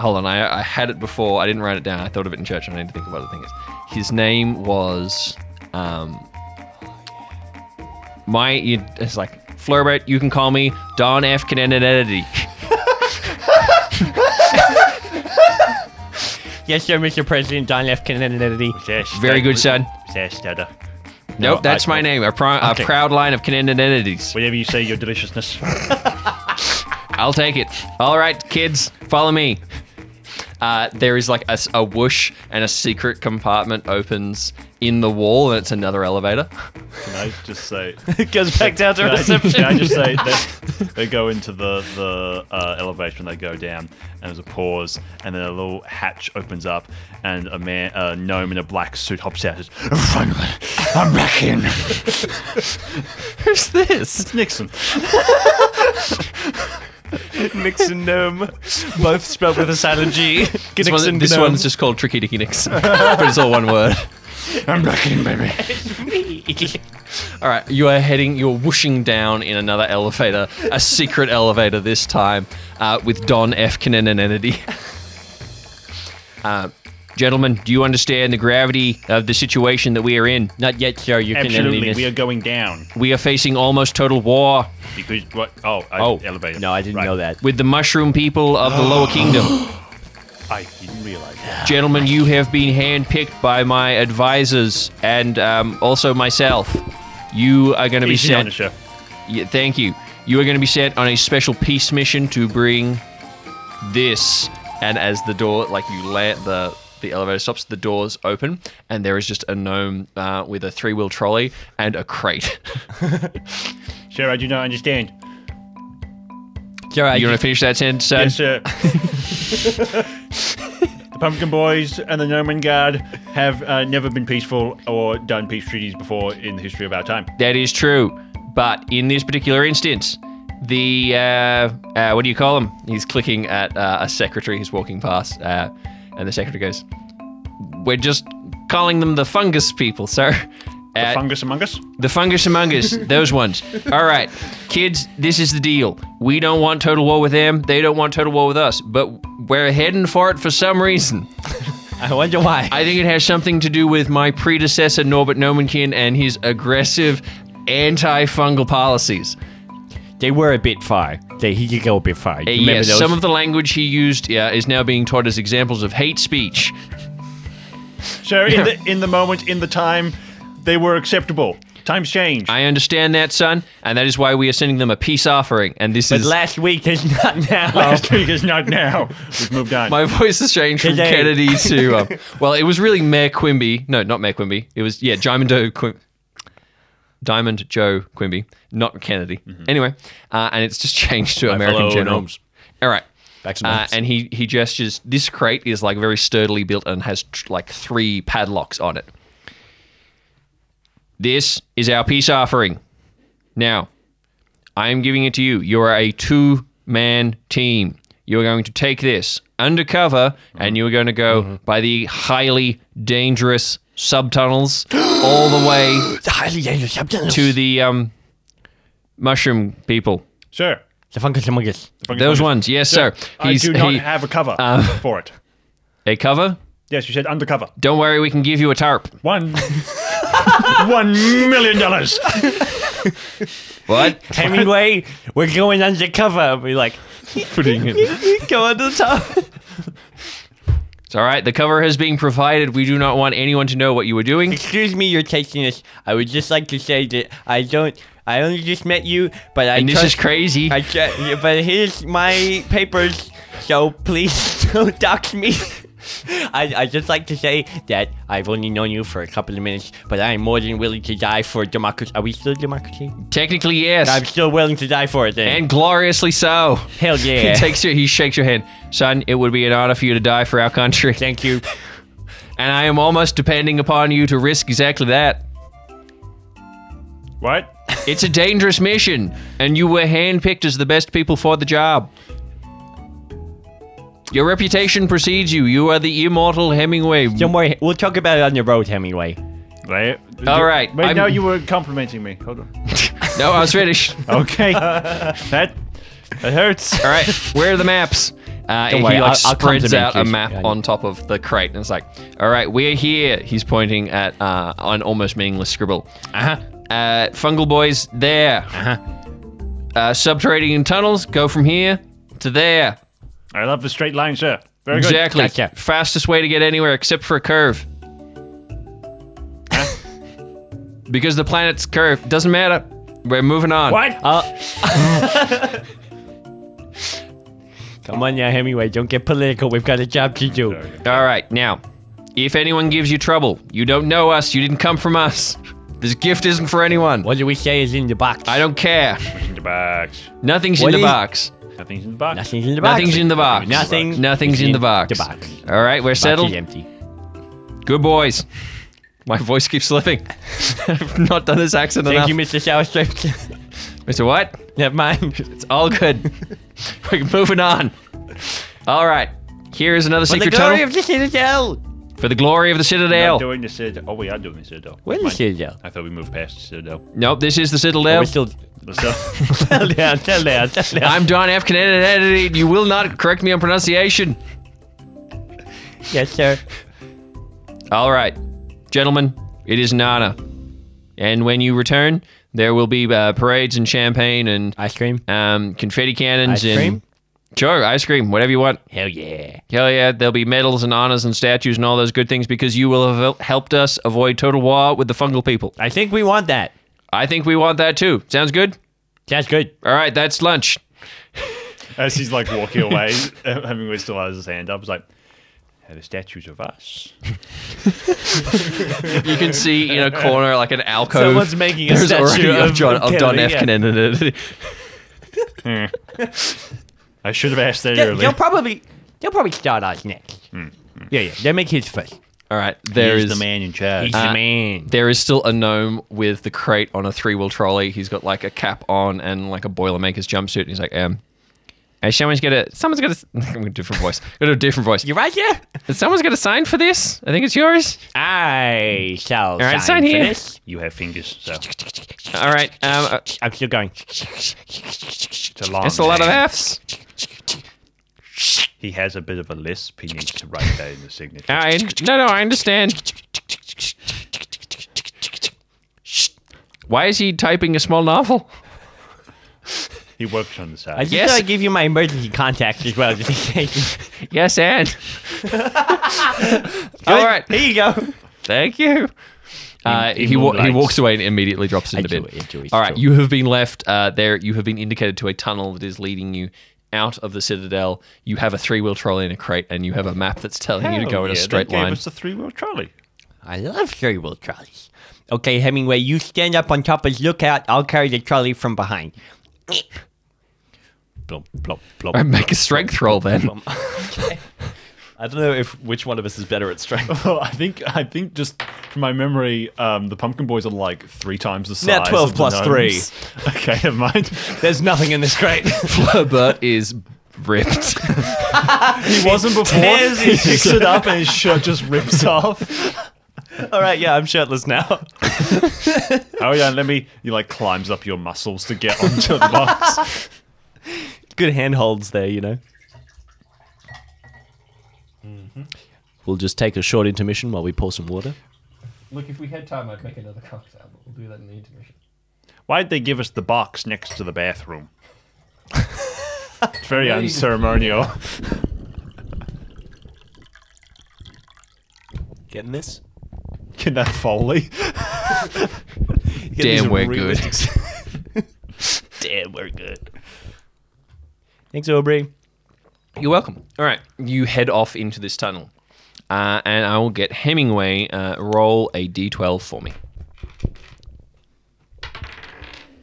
Speaker 1: hold on, I, I had it before. I didn't write it down. I thought of it in church. and I need to think of what the thing is. His name was, um, my, you, it's like, Flubert, you can call me Don F. Kennedy.
Speaker 2: Yes, sir, Mr. President. Don F. Kennedy.
Speaker 3: Sash,
Speaker 1: Very good, son.
Speaker 3: Sash, dada.
Speaker 1: Nope, that's my name. A, pro- a proud line of Canadian entities.
Speaker 3: Whatever you say, your deliciousness.
Speaker 1: I'll take it. All right, kids, follow me. Uh, there is like a, s- a whoosh, and a secret compartment opens in the wall, and it's another elevator.
Speaker 3: Can I just say?
Speaker 2: It goes back down to
Speaker 3: Can I,
Speaker 2: reception.
Speaker 3: can I just say that they go into the the uh, elevation, they go down, and there's a pause, and then a little hatch opens up, and a man, a gnome in a black suit, hops out. and says, "Finally, I'm back in."
Speaker 1: Who's this?
Speaker 3: Nixon.
Speaker 2: Nixon gnome. Both spelled with a silent G.
Speaker 1: This, one-
Speaker 2: Nixon
Speaker 1: this
Speaker 2: gnome.
Speaker 1: one's just called Tricky Dicky Nixon, but it's all one word.
Speaker 3: I'm back in, baby.
Speaker 2: um.
Speaker 1: All right, you are heading, you're whooshing down in another elevator, a secret elevator this time, uh, with Don F. Kennedy. Uh, gentlemen, do you understand the gravity of the situation that we are in?
Speaker 2: Not yet, sir. You can
Speaker 3: Absolutely,
Speaker 2: only
Speaker 3: we are going down
Speaker 1: We are facing almost total war
Speaker 3: because what? Oh, I
Speaker 1: Oh,
Speaker 3: elevator.
Speaker 2: No, I didn't
Speaker 3: Right.
Speaker 2: know that.
Speaker 1: with the mushroom people of the Lower Kingdom.
Speaker 3: I didn't realize. That.
Speaker 1: Gentlemen, you have been handpicked by my advisors and um, also myself. You are going to be
Speaker 3: Easy on the
Speaker 1: sent.
Speaker 3: show.
Speaker 1: Yeah, thank you. You are going to be sent on a special peace mission to bring this. And as the door, like you land, the the elevator stops, the doors open, and there is just a gnome uh, with a three wheel trolley and a crate.
Speaker 3: Sure, I do not understand.
Speaker 7: Joe, I
Speaker 1: You want to finish that sentence? son?
Speaker 3: Yes, sir. the Pumpkin Boys and the Noman Guard have uh, never been peaceful or done peace treaties before in the history of our time.
Speaker 1: That is true. But in this particular instance, the uh, uh, what do you call him? He's clicking at uh, a secretary who's walking past, uh, and the secretary goes, "We're just calling them the fungus people, sir."
Speaker 3: The
Speaker 1: Uh,
Speaker 3: fungus among us?
Speaker 1: the fungus among us, those ones. All right, kids, this is the deal. We don't want total war with them. They don't want total war with us. But we're heading for it for some reason.
Speaker 8: I wonder why.
Speaker 1: I think it has something to do with my predecessor Norbert Nomenkin and his aggressive anti-fungal policies.
Speaker 8: they were a bit far. They he could go a bit far.
Speaker 1: Uh,
Speaker 8: Remember
Speaker 1: yes,
Speaker 8: those?
Speaker 1: some of the language he used yeah, is now being taught as examples of hate speech.
Speaker 3: So in the in the moment, in the time, they were acceptable. Times change.
Speaker 1: I understand that, son, and that is why we are sending them a peace offering. And this
Speaker 8: but
Speaker 1: is
Speaker 8: last week is not now.
Speaker 3: Last week is not now. We've moved on.
Speaker 1: my voice has changed from
Speaker 8: Today.
Speaker 1: Kennedy to um, well, it was really Mayor Quimby. No, not Mayor Quimby. It was yeah, Diamond Joe Quim- Diamond Joe Quimby, not Kennedy. Anyway, uh, and it's just changed to American
Speaker 8: fellow
Speaker 1: General.
Speaker 8: gnomes.
Speaker 1: All right.
Speaker 8: Back to
Speaker 1: uh,
Speaker 8: gnomes.
Speaker 1: and he, he gestures. This crate is like very sturdily built and has tr- like three padlocks on it. This is our peace offering. Now, I am giving it to you. You are a two man team. You are going to take this undercover and you are going to go
Speaker 3: Mm-hmm.
Speaker 1: by the highly dangerous subtunnels all the way
Speaker 8: highly dangerous substance.
Speaker 1: to the um, mushroom people.
Speaker 3: sure.
Speaker 8: the fungus among us.
Speaker 3: The fungus
Speaker 1: Those
Speaker 3: among us.
Speaker 1: ones, yes, sir.
Speaker 3: I do not
Speaker 1: he- uh,
Speaker 3: have a cover for it.
Speaker 1: a cover.
Speaker 3: Yes, you said undercover.
Speaker 1: Don't worry, we can give you a tarp.
Speaker 3: One. One million dollars.
Speaker 1: What?
Speaker 8: Hemingway, we're going undercover. We're like,
Speaker 3: Putting it.
Speaker 8: go under the top.
Speaker 1: It's all right. The cover has been provided. We do not want anyone to know what you were doing.
Speaker 2: Excuse me, Your Tastiness. I would just like to say that I don't. I only just met you, but I
Speaker 1: And this
Speaker 2: trust.
Speaker 1: is crazy.
Speaker 2: I tr- but here's my papers, so please don't dox me. I I just like to say that I've only known you for a couple of minutes, but I'm more than willing to die for democracy. Are we still democracy?
Speaker 1: Technically, yes.
Speaker 2: I'm still willing to die for it. Then.
Speaker 1: and gloriously so.
Speaker 2: Hell
Speaker 1: He
Speaker 2: yeah!
Speaker 1: takes your, he shakes your hand. Son, it would be an honor for you to die for our country.
Speaker 2: Thank you.
Speaker 1: And I am almost depending upon you to risk exactly that.
Speaker 3: What?
Speaker 1: It's a dangerous mission, and you were handpicked as the best people for the job. Your reputation precedes you. You are the immortal Hemingway.
Speaker 2: Don't worry, we'll talk about it on the road, Hemingway.
Speaker 3: Right.
Speaker 1: All right,
Speaker 3: Wait,
Speaker 1: I'm-
Speaker 3: no, you were complimenting me. Hold on.
Speaker 1: No, I was finished.
Speaker 3: Okay. that that hurts.
Speaker 1: All right, where are the maps? Uh, and
Speaker 2: worry,
Speaker 1: he like
Speaker 2: I'll- I'll come to
Speaker 1: spreads
Speaker 2: them,
Speaker 1: out a
Speaker 2: please.
Speaker 1: map
Speaker 2: Yeah, I know.
Speaker 1: on top of the crate, and it's like, "All right, we're here." He's pointing at uh, an almost meaningless scribble. Uh-huh. Uh Fungal boys, there. Uh-huh. subterranean tunnels go from here to there.
Speaker 3: I love the straight line, sir. Very good.
Speaker 1: Exactly.
Speaker 2: Gotcha.
Speaker 1: Fastest way to get anywhere except for a curve. because the planet's curved. Doesn't matter. We're moving on.
Speaker 3: What?
Speaker 2: Come on now, Hemingway. Don't get political. We've got a job to do.
Speaker 1: All right, now, if anyone gives you trouble, you don't know us, you didn't come from us. This gift isn't for anyone.
Speaker 2: What do we say is in the box?
Speaker 1: I don't care.
Speaker 3: in the box.
Speaker 1: Nothing's
Speaker 2: What
Speaker 1: in the
Speaker 2: is-
Speaker 1: box.
Speaker 3: Nothing's in the box.
Speaker 2: Nothing's in the box.
Speaker 1: Nothing's in the box.
Speaker 2: Nothing.
Speaker 1: Nothing's
Speaker 2: is
Speaker 1: in the box.
Speaker 2: The box. Box
Speaker 1: All right, we're
Speaker 2: is
Speaker 1: settled.
Speaker 2: empty.
Speaker 1: Good boys. My voice keeps slipping. I've not done this accent
Speaker 2: Thank
Speaker 1: enough.
Speaker 2: you, Mr. Sourstrip.
Speaker 1: Mr. What?
Speaker 2: Never mind.
Speaker 1: It's all good. we're moving on. All right. Here is another
Speaker 2: the
Speaker 1: secret
Speaker 2: glory
Speaker 1: tunnel
Speaker 2: of the Citadel.
Speaker 1: for the glory of the
Speaker 3: Not
Speaker 1: Citadel.
Speaker 3: doing the Citadel. Oh, we are doing the Citadel.
Speaker 2: Where's the
Speaker 3: Fine.
Speaker 2: Citadel?
Speaker 3: I thought we moved past the Citadel.
Speaker 1: nope, this is the Citadel.
Speaker 2: We're still
Speaker 3: Let's go.
Speaker 2: Tell down, tell down, tell down.
Speaker 1: I'm John F. Kennedy. You will not correct me on pronunciation.
Speaker 2: Yes, sir.
Speaker 1: All right, gentlemen, it is Nana. And when you return, there will be uh, parades and champagne and
Speaker 2: Ice cream.
Speaker 1: um, confetti cannons
Speaker 2: Ice
Speaker 1: and
Speaker 2: cream?
Speaker 1: sure ice cream, whatever you want.
Speaker 2: Hell yeah.
Speaker 1: Hell yeah, there'll be medals and honors and statues and all those good things because you will have hel- helped us avoid total war with the fungal people.
Speaker 2: I think we want that.
Speaker 1: I think we want that too. Sounds good.
Speaker 2: That's good.
Speaker 1: All right, that's lunch.
Speaker 3: As he's like walking away, Hemingway still has his hand up. It's like, "Are the statues of us.
Speaker 1: You can see in a corner like an alcove.
Speaker 8: Someone's making a
Speaker 1: Oh, There's
Speaker 8: statue
Speaker 1: already
Speaker 8: of,
Speaker 1: John of Don F.
Speaker 8: Kennedy, yeah.
Speaker 1: Kennedy.
Speaker 3: I should have asked that
Speaker 5: They,
Speaker 3: earlier.
Speaker 5: will probably they'll probably start us next.
Speaker 2: Mm, Yeah, yeah. They make his face.
Speaker 1: All right, there
Speaker 3: He's
Speaker 1: is
Speaker 3: the man in charge. Uh,
Speaker 5: He's the man.
Speaker 1: there is still a gnome with the crate on a three-wheel trolley. He's got like a cap on and like a boilermaker's jumpsuit, and he's like, um. Hey, someone's got to. Someone's got to. a different voice. Got a different voice.
Speaker 5: You right here?
Speaker 1: Someone's got to sign for this. I think it's yours.
Speaker 5: I shall All
Speaker 1: right,
Speaker 5: right, sign,
Speaker 1: sign here.
Speaker 5: for this.
Speaker 3: You have fingers, so
Speaker 1: All right. Um, uh,
Speaker 5: I'm still going.
Speaker 3: it's a long.
Speaker 1: that's a lot of
Speaker 3: name.
Speaker 1: F's.
Speaker 3: He has a bit of a lisp. He needs to write that in the signature.
Speaker 1: I, no, no, I understand. Why is he typing a small novel?
Speaker 3: He works on the side.
Speaker 5: I just
Speaker 1: Yes.
Speaker 5: thought I'd give you my emergency contact as well, just in case.
Speaker 1: Yes, and. All right.
Speaker 5: Here you go.
Speaker 1: Thank you. Uh, he, wa- he
Speaker 3: moonlights.
Speaker 1: walks away and immediately drops into
Speaker 5: do
Speaker 1: bed.
Speaker 5: it, I do it,
Speaker 1: All
Speaker 5: I
Speaker 1: right,
Speaker 5: do it.
Speaker 1: you have been left uh, there. You have been indicated to a tunnel that is leading you out of the citadel. You have a three-wheel trolley and a crate, and you have a map that's telling you to go in a
Speaker 3: Yeah, they
Speaker 1: straight
Speaker 3: gave
Speaker 1: line.
Speaker 3: us the three-wheel trolley.
Speaker 5: I love Sherry Will trolleys. Okay, Hemingway, you stand up on top of lookout. I'll carry the trolley from behind.
Speaker 2: Blum, blum, blum.
Speaker 1: All right, make a strength roll then.
Speaker 2: I don't know if which one of us is better at strength.
Speaker 3: Well, I think I think just from my memory, um, the pumpkin boys are like three times the size.
Speaker 2: Nat 12
Speaker 3: of the
Speaker 2: plus three.
Speaker 3: gnomes. Okay, never mind.
Speaker 2: There's nothing in this crate.
Speaker 1: Flurbert is ripped.
Speaker 3: He wasn't before. he picks it up and his shirt just rips off.
Speaker 2: All right, yeah, I'm shirtless now.
Speaker 3: Oh yeah, let me. He like climbs up your muscles to get onto the box.
Speaker 2: Good handholds there, you know.
Speaker 5: Mm-hmm.
Speaker 2: We'll just take a short intermission while we pour some water.
Speaker 1: Look, if we had time, I'd make another cocktail, but we'll do that in the intermission.
Speaker 3: Why'd they give us the box next to the bathroom? It's very unceremonial.
Speaker 2: Getting this?
Speaker 3: Can that Foley?
Speaker 1: Damn, we're good.
Speaker 2: Damn, we're good. Thanks, Aubrey.
Speaker 1: You're welcome. All right, you head off into this tunnel, uh, and I will get Hemingway uh, roll a d12 for me.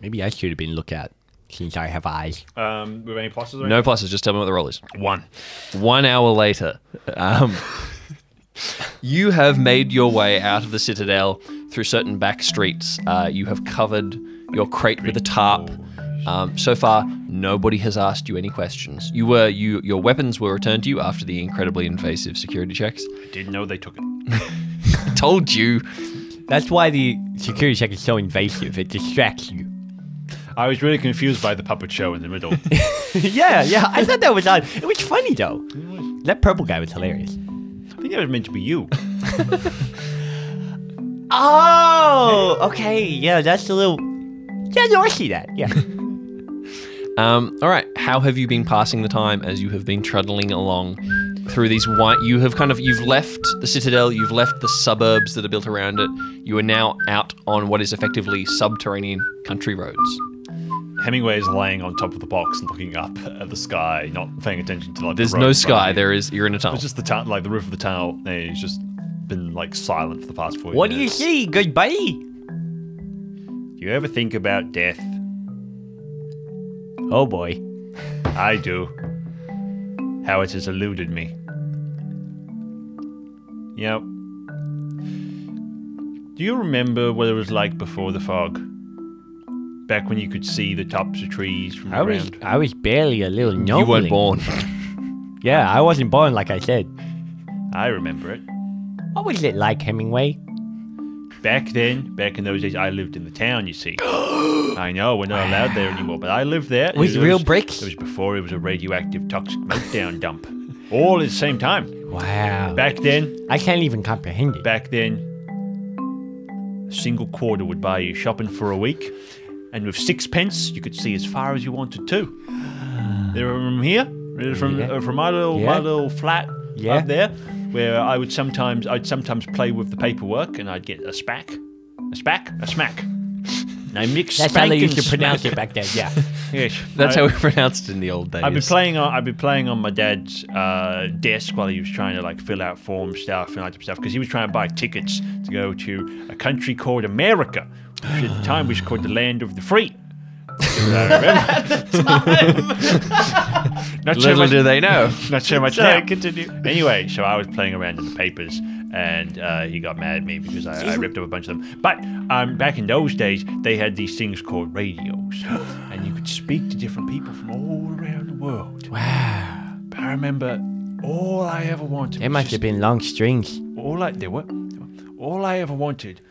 Speaker 5: Maybe I should have been lookout since I have eyes.
Speaker 3: Um, with any pluses or
Speaker 1: No pluses, just tell me what the roll is.
Speaker 3: One.
Speaker 1: One hour later, um, you have made your way out of the citadel through certain back streets. Uh, you have covered your crate with a tarp. Um, so far, nobody has asked you any questions. You were you your weapons were returned to you after the incredibly invasive security checks.
Speaker 3: Didn't know they took it.
Speaker 1: Told you.
Speaker 5: That's why the security check is so invasive. It distracts you.
Speaker 3: I was really confused by the puppet show in the middle.
Speaker 5: yeah, yeah. I thought that was odd. It was funny though. That purple guy was hilarious.
Speaker 3: I think that was meant to be you.
Speaker 5: Oh, okay. Yeah, that's a little. Yeah, no, I see that. Yeah.
Speaker 1: Um, all right. How have you been passing the time as you have been trundling along through these white? You have kind of you've left the citadel. You've left the suburbs that are built around it. You are now out on what is effectively subterranean country roads.
Speaker 3: Hemingway is laying on top of the box and looking up at the sky, not paying attention to like.
Speaker 1: There's
Speaker 3: the road
Speaker 1: no
Speaker 3: in front
Speaker 1: sky.
Speaker 3: of him.
Speaker 1: There is you're in a tunnel.
Speaker 3: It's just the town, like the roof of the tunnel, and he's just been like silent for the past four
Speaker 5: What do you
Speaker 3: years.
Speaker 5: see? Good buddy.
Speaker 3: Do you ever think about death?
Speaker 5: Oh boy.
Speaker 3: I do. How it has eluded me. You know, do you remember what it was like before the fog? Back when you could see the tops of trees from
Speaker 5: I
Speaker 3: around.
Speaker 5: was I was barely a little gnome.
Speaker 1: you weren't born.
Speaker 5: Yeah, I wasn't born like I said.
Speaker 3: I remember it.
Speaker 5: What was it like, Hemingway?
Speaker 3: Back then, back in those days, I lived in the town, you see. I know, we're not allowed there anymore, but I lived there.
Speaker 5: With
Speaker 3: It
Speaker 5: real
Speaker 3: was-
Speaker 5: bricks?
Speaker 3: It was before it was a radioactive toxic meltdown dump. All at the same time.
Speaker 5: Wow.
Speaker 3: Back then,
Speaker 5: I can't even comprehend it.
Speaker 3: back then, a single quarter would buy you shopping for a week, and with sixpence, you could see as far as you wanted to. There from here, from
Speaker 5: Yeah.
Speaker 3: uh, from my little my
Speaker 5: Yeah.
Speaker 3: little flat
Speaker 5: Yeah.
Speaker 3: up there, where I would sometimes I'd sometimes play with the paperwork, and I'd get a spack, a spack, a smack. And I mix
Speaker 5: That's how
Speaker 3: spank
Speaker 5: they
Speaker 3: and
Speaker 5: used to
Speaker 3: smack.
Speaker 5: pronounce it back then. Yeah.
Speaker 3: Yes.
Speaker 1: That's
Speaker 3: I-
Speaker 1: how we pronounced it in the old days.
Speaker 3: I'd be playing on I'd be playing on my dad's uh, desk while he was trying to like fill out form stuff and all that type of stuff because he was trying to buy tickets to go to a country called America, which at the time was called the land of the free. It Not sure
Speaker 1: Little
Speaker 3: much-
Speaker 1: do they know.
Speaker 3: Not sure much.
Speaker 9: Sorry,
Speaker 3: now.
Speaker 9: continue.
Speaker 3: Anyway, so I was playing around in the papers, and uh, he got mad at me because I, I ripped up a bunch of them. But um, back in those days, they had these things called radios, and you could speak to different people from all around the world. Wow! But I remember all I ever wanted.
Speaker 2: It
Speaker 3: was
Speaker 2: must
Speaker 3: just
Speaker 2: have been long strings.
Speaker 3: all I they were, all I ever wanted,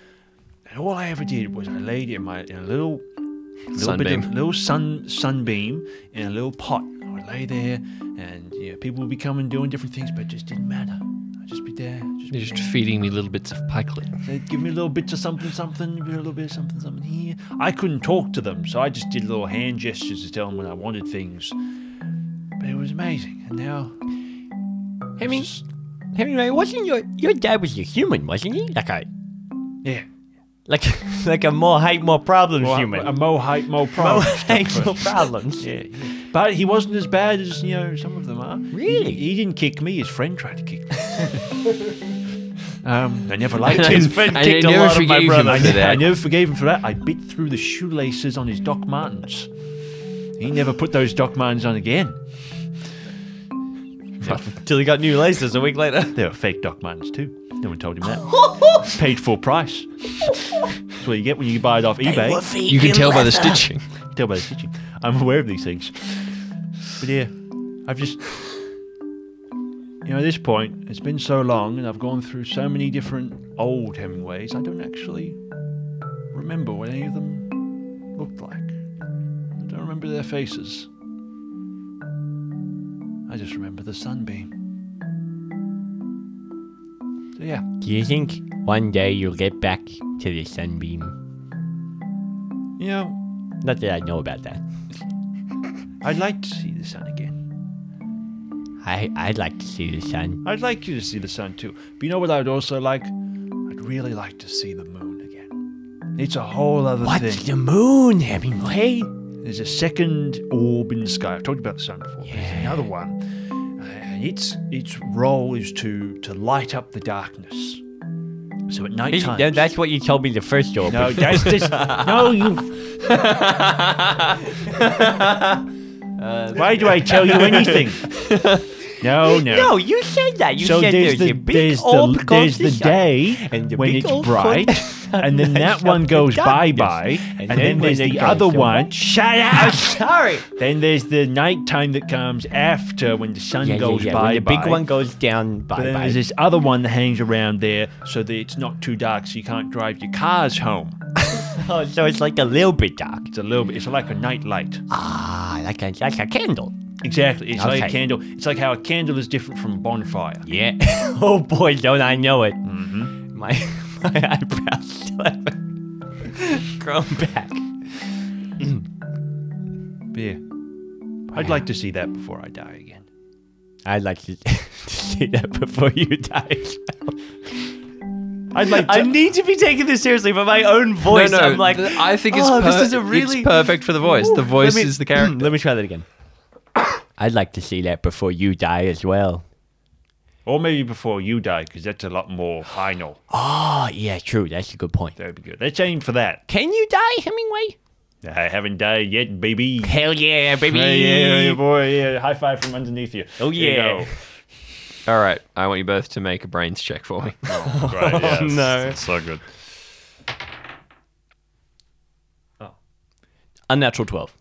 Speaker 3: and all I ever did was I laid in my in a little, little bit of-
Speaker 1: Sunbeam.
Speaker 3: little sun sunbeam in a little pot. I would lay there, and yeah, people would be coming doing different things, but it just didn't matter. I'd just be there. Just
Speaker 1: You're
Speaker 3: be
Speaker 1: just feeding me little bits of pikelet.
Speaker 3: They'd give me little bits of something, something, a little bit of something, something here. I couldn't talk to them, so I just did little hand gestures to tell them when I wanted things. But it was amazing, and now
Speaker 2: I mean, Hemingway, wasn't your your dad was a human, wasn't he? Like a
Speaker 3: yeah,
Speaker 2: like like a more height, more problems
Speaker 3: Well,
Speaker 2: human.
Speaker 3: a mo height, mo problem.
Speaker 2: Height, more problems.
Speaker 3: Yeah, yeah. But he wasn't as bad as, you know, some of them are.
Speaker 2: Really?
Speaker 3: He, he didn't kick me, his friend tried to kick me. um, I never liked
Speaker 1: His
Speaker 3: him.
Speaker 1: friend I kicked a never lot of my forgave him brothers. for
Speaker 3: I,
Speaker 1: that.
Speaker 3: I never forgave him for that. I bit through the shoelaces on his Doc Martens. He never put those Doc Martens on again.
Speaker 10: Till he got new laces a week later.
Speaker 3: They were fake Doc Martens too. No one told him that. Paid full price. That's what you get when you buy it off eBay.
Speaker 1: You can tell by the stitching.
Speaker 3: tell by the stitching. I'm aware of these things. But yeah, I've just. You know, at this point, it's been so long and I've gone through so many different old Hemingways, I don't actually remember what any of them looked like. I don't remember their faces. I just remember the sunbeam. So yeah,
Speaker 2: Do you think one day you'll get back to the sunbeam?
Speaker 3: you know,
Speaker 2: Not that I know about that.
Speaker 3: I'd like to see the sun again.
Speaker 2: I I'd like to see the sun.
Speaker 3: I'd like you to see the sun too. But you know what I'd also like? I'd really like to see the moon again. It's a whole other
Speaker 2: What's
Speaker 3: thing.
Speaker 2: the moon, Hemingway?
Speaker 3: There's a second orb in the sky. I've talked about the sun before. but There's another one. Uh, and its its role is to to light up the darkness. So at night
Speaker 2: Isn't- that-
Speaker 3: time.
Speaker 2: That's what you told me the first door.
Speaker 3: No, that's just no. You. Why do I tell you anything? No, no.
Speaker 2: No, you said that. You said there's, a big
Speaker 3: there's
Speaker 2: orb
Speaker 3: the,
Speaker 2: called
Speaker 3: there's the
Speaker 2: sun.
Speaker 3: day
Speaker 2: and the
Speaker 3: when
Speaker 2: big
Speaker 3: it's
Speaker 2: old
Speaker 3: bright, and then that
Speaker 2: lights
Speaker 3: one
Speaker 2: up the
Speaker 3: goes bye
Speaker 2: darkness.
Speaker 3: bye,
Speaker 2: And
Speaker 3: and,
Speaker 2: then
Speaker 3: then
Speaker 2: when
Speaker 3: there's
Speaker 2: it
Speaker 3: the
Speaker 2: goes
Speaker 3: other
Speaker 2: to
Speaker 3: one.
Speaker 2: what?
Speaker 3: Shut
Speaker 2: I'm
Speaker 3: up!
Speaker 2: sorry.
Speaker 3: Then there's the nighttime that comes after when the sun
Speaker 2: Yeah, yeah,
Speaker 3: goes
Speaker 2: yeah.
Speaker 3: bye
Speaker 2: When the big
Speaker 3: bye.
Speaker 2: one goes down,
Speaker 3: But
Speaker 2: bye
Speaker 3: then
Speaker 2: bye.
Speaker 3: there's this other one that hangs around there so that it's not too dark, so you can't drive your cars home.
Speaker 2: Oh, so it's like a little bit dark.
Speaker 3: It's a little bit. It's like a night light.
Speaker 2: Ah, like a like a candle.
Speaker 3: Exactly. It's like a
Speaker 2: Okay.
Speaker 3: candle. It's like how a candle is different from a bonfire.
Speaker 2: Yeah. oh boy, don't I know it.
Speaker 3: Mm-hmm.
Speaker 2: My my eyebrows still haven't grown back.
Speaker 3: But yeah, I'd like to see that before I die again.
Speaker 2: I'd like to, to see that before you die.
Speaker 3: I'd like. To,
Speaker 2: I need to be taking this seriously, but my own voice. I'm like,
Speaker 1: th- I think it's,
Speaker 2: oh,
Speaker 1: per-
Speaker 2: this is a really
Speaker 1: it's perfect for the voice. the voice
Speaker 2: me-
Speaker 1: is the character.
Speaker 2: Let me try that again. I'd like to see that before you die as well.
Speaker 3: Or maybe before you die, because that's a lot more final.
Speaker 2: Oh yeah, true. That's a good point.
Speaker 3: That would be good. Let's aim for that.
Speaker 2: Can you die, Hemingway?
Speaker 3: I haven't died yet, baby.
Speaker 2: Hell yeah, baby.
Speaker 3: Yeah, yeah, yeah, boy. Yeah, high five from underneath you.
Speaker 2: Oh,
Speaker 3: There you
Speaker 2: yeah.
Speaker 3: go.
Speaker 1: All right, I want you both to make a brains check for me.
Speaker 9: Great, yes.
Speaker 2: no.
Speaker 9: It's so good.
Speaker 2: Unnatural twelve.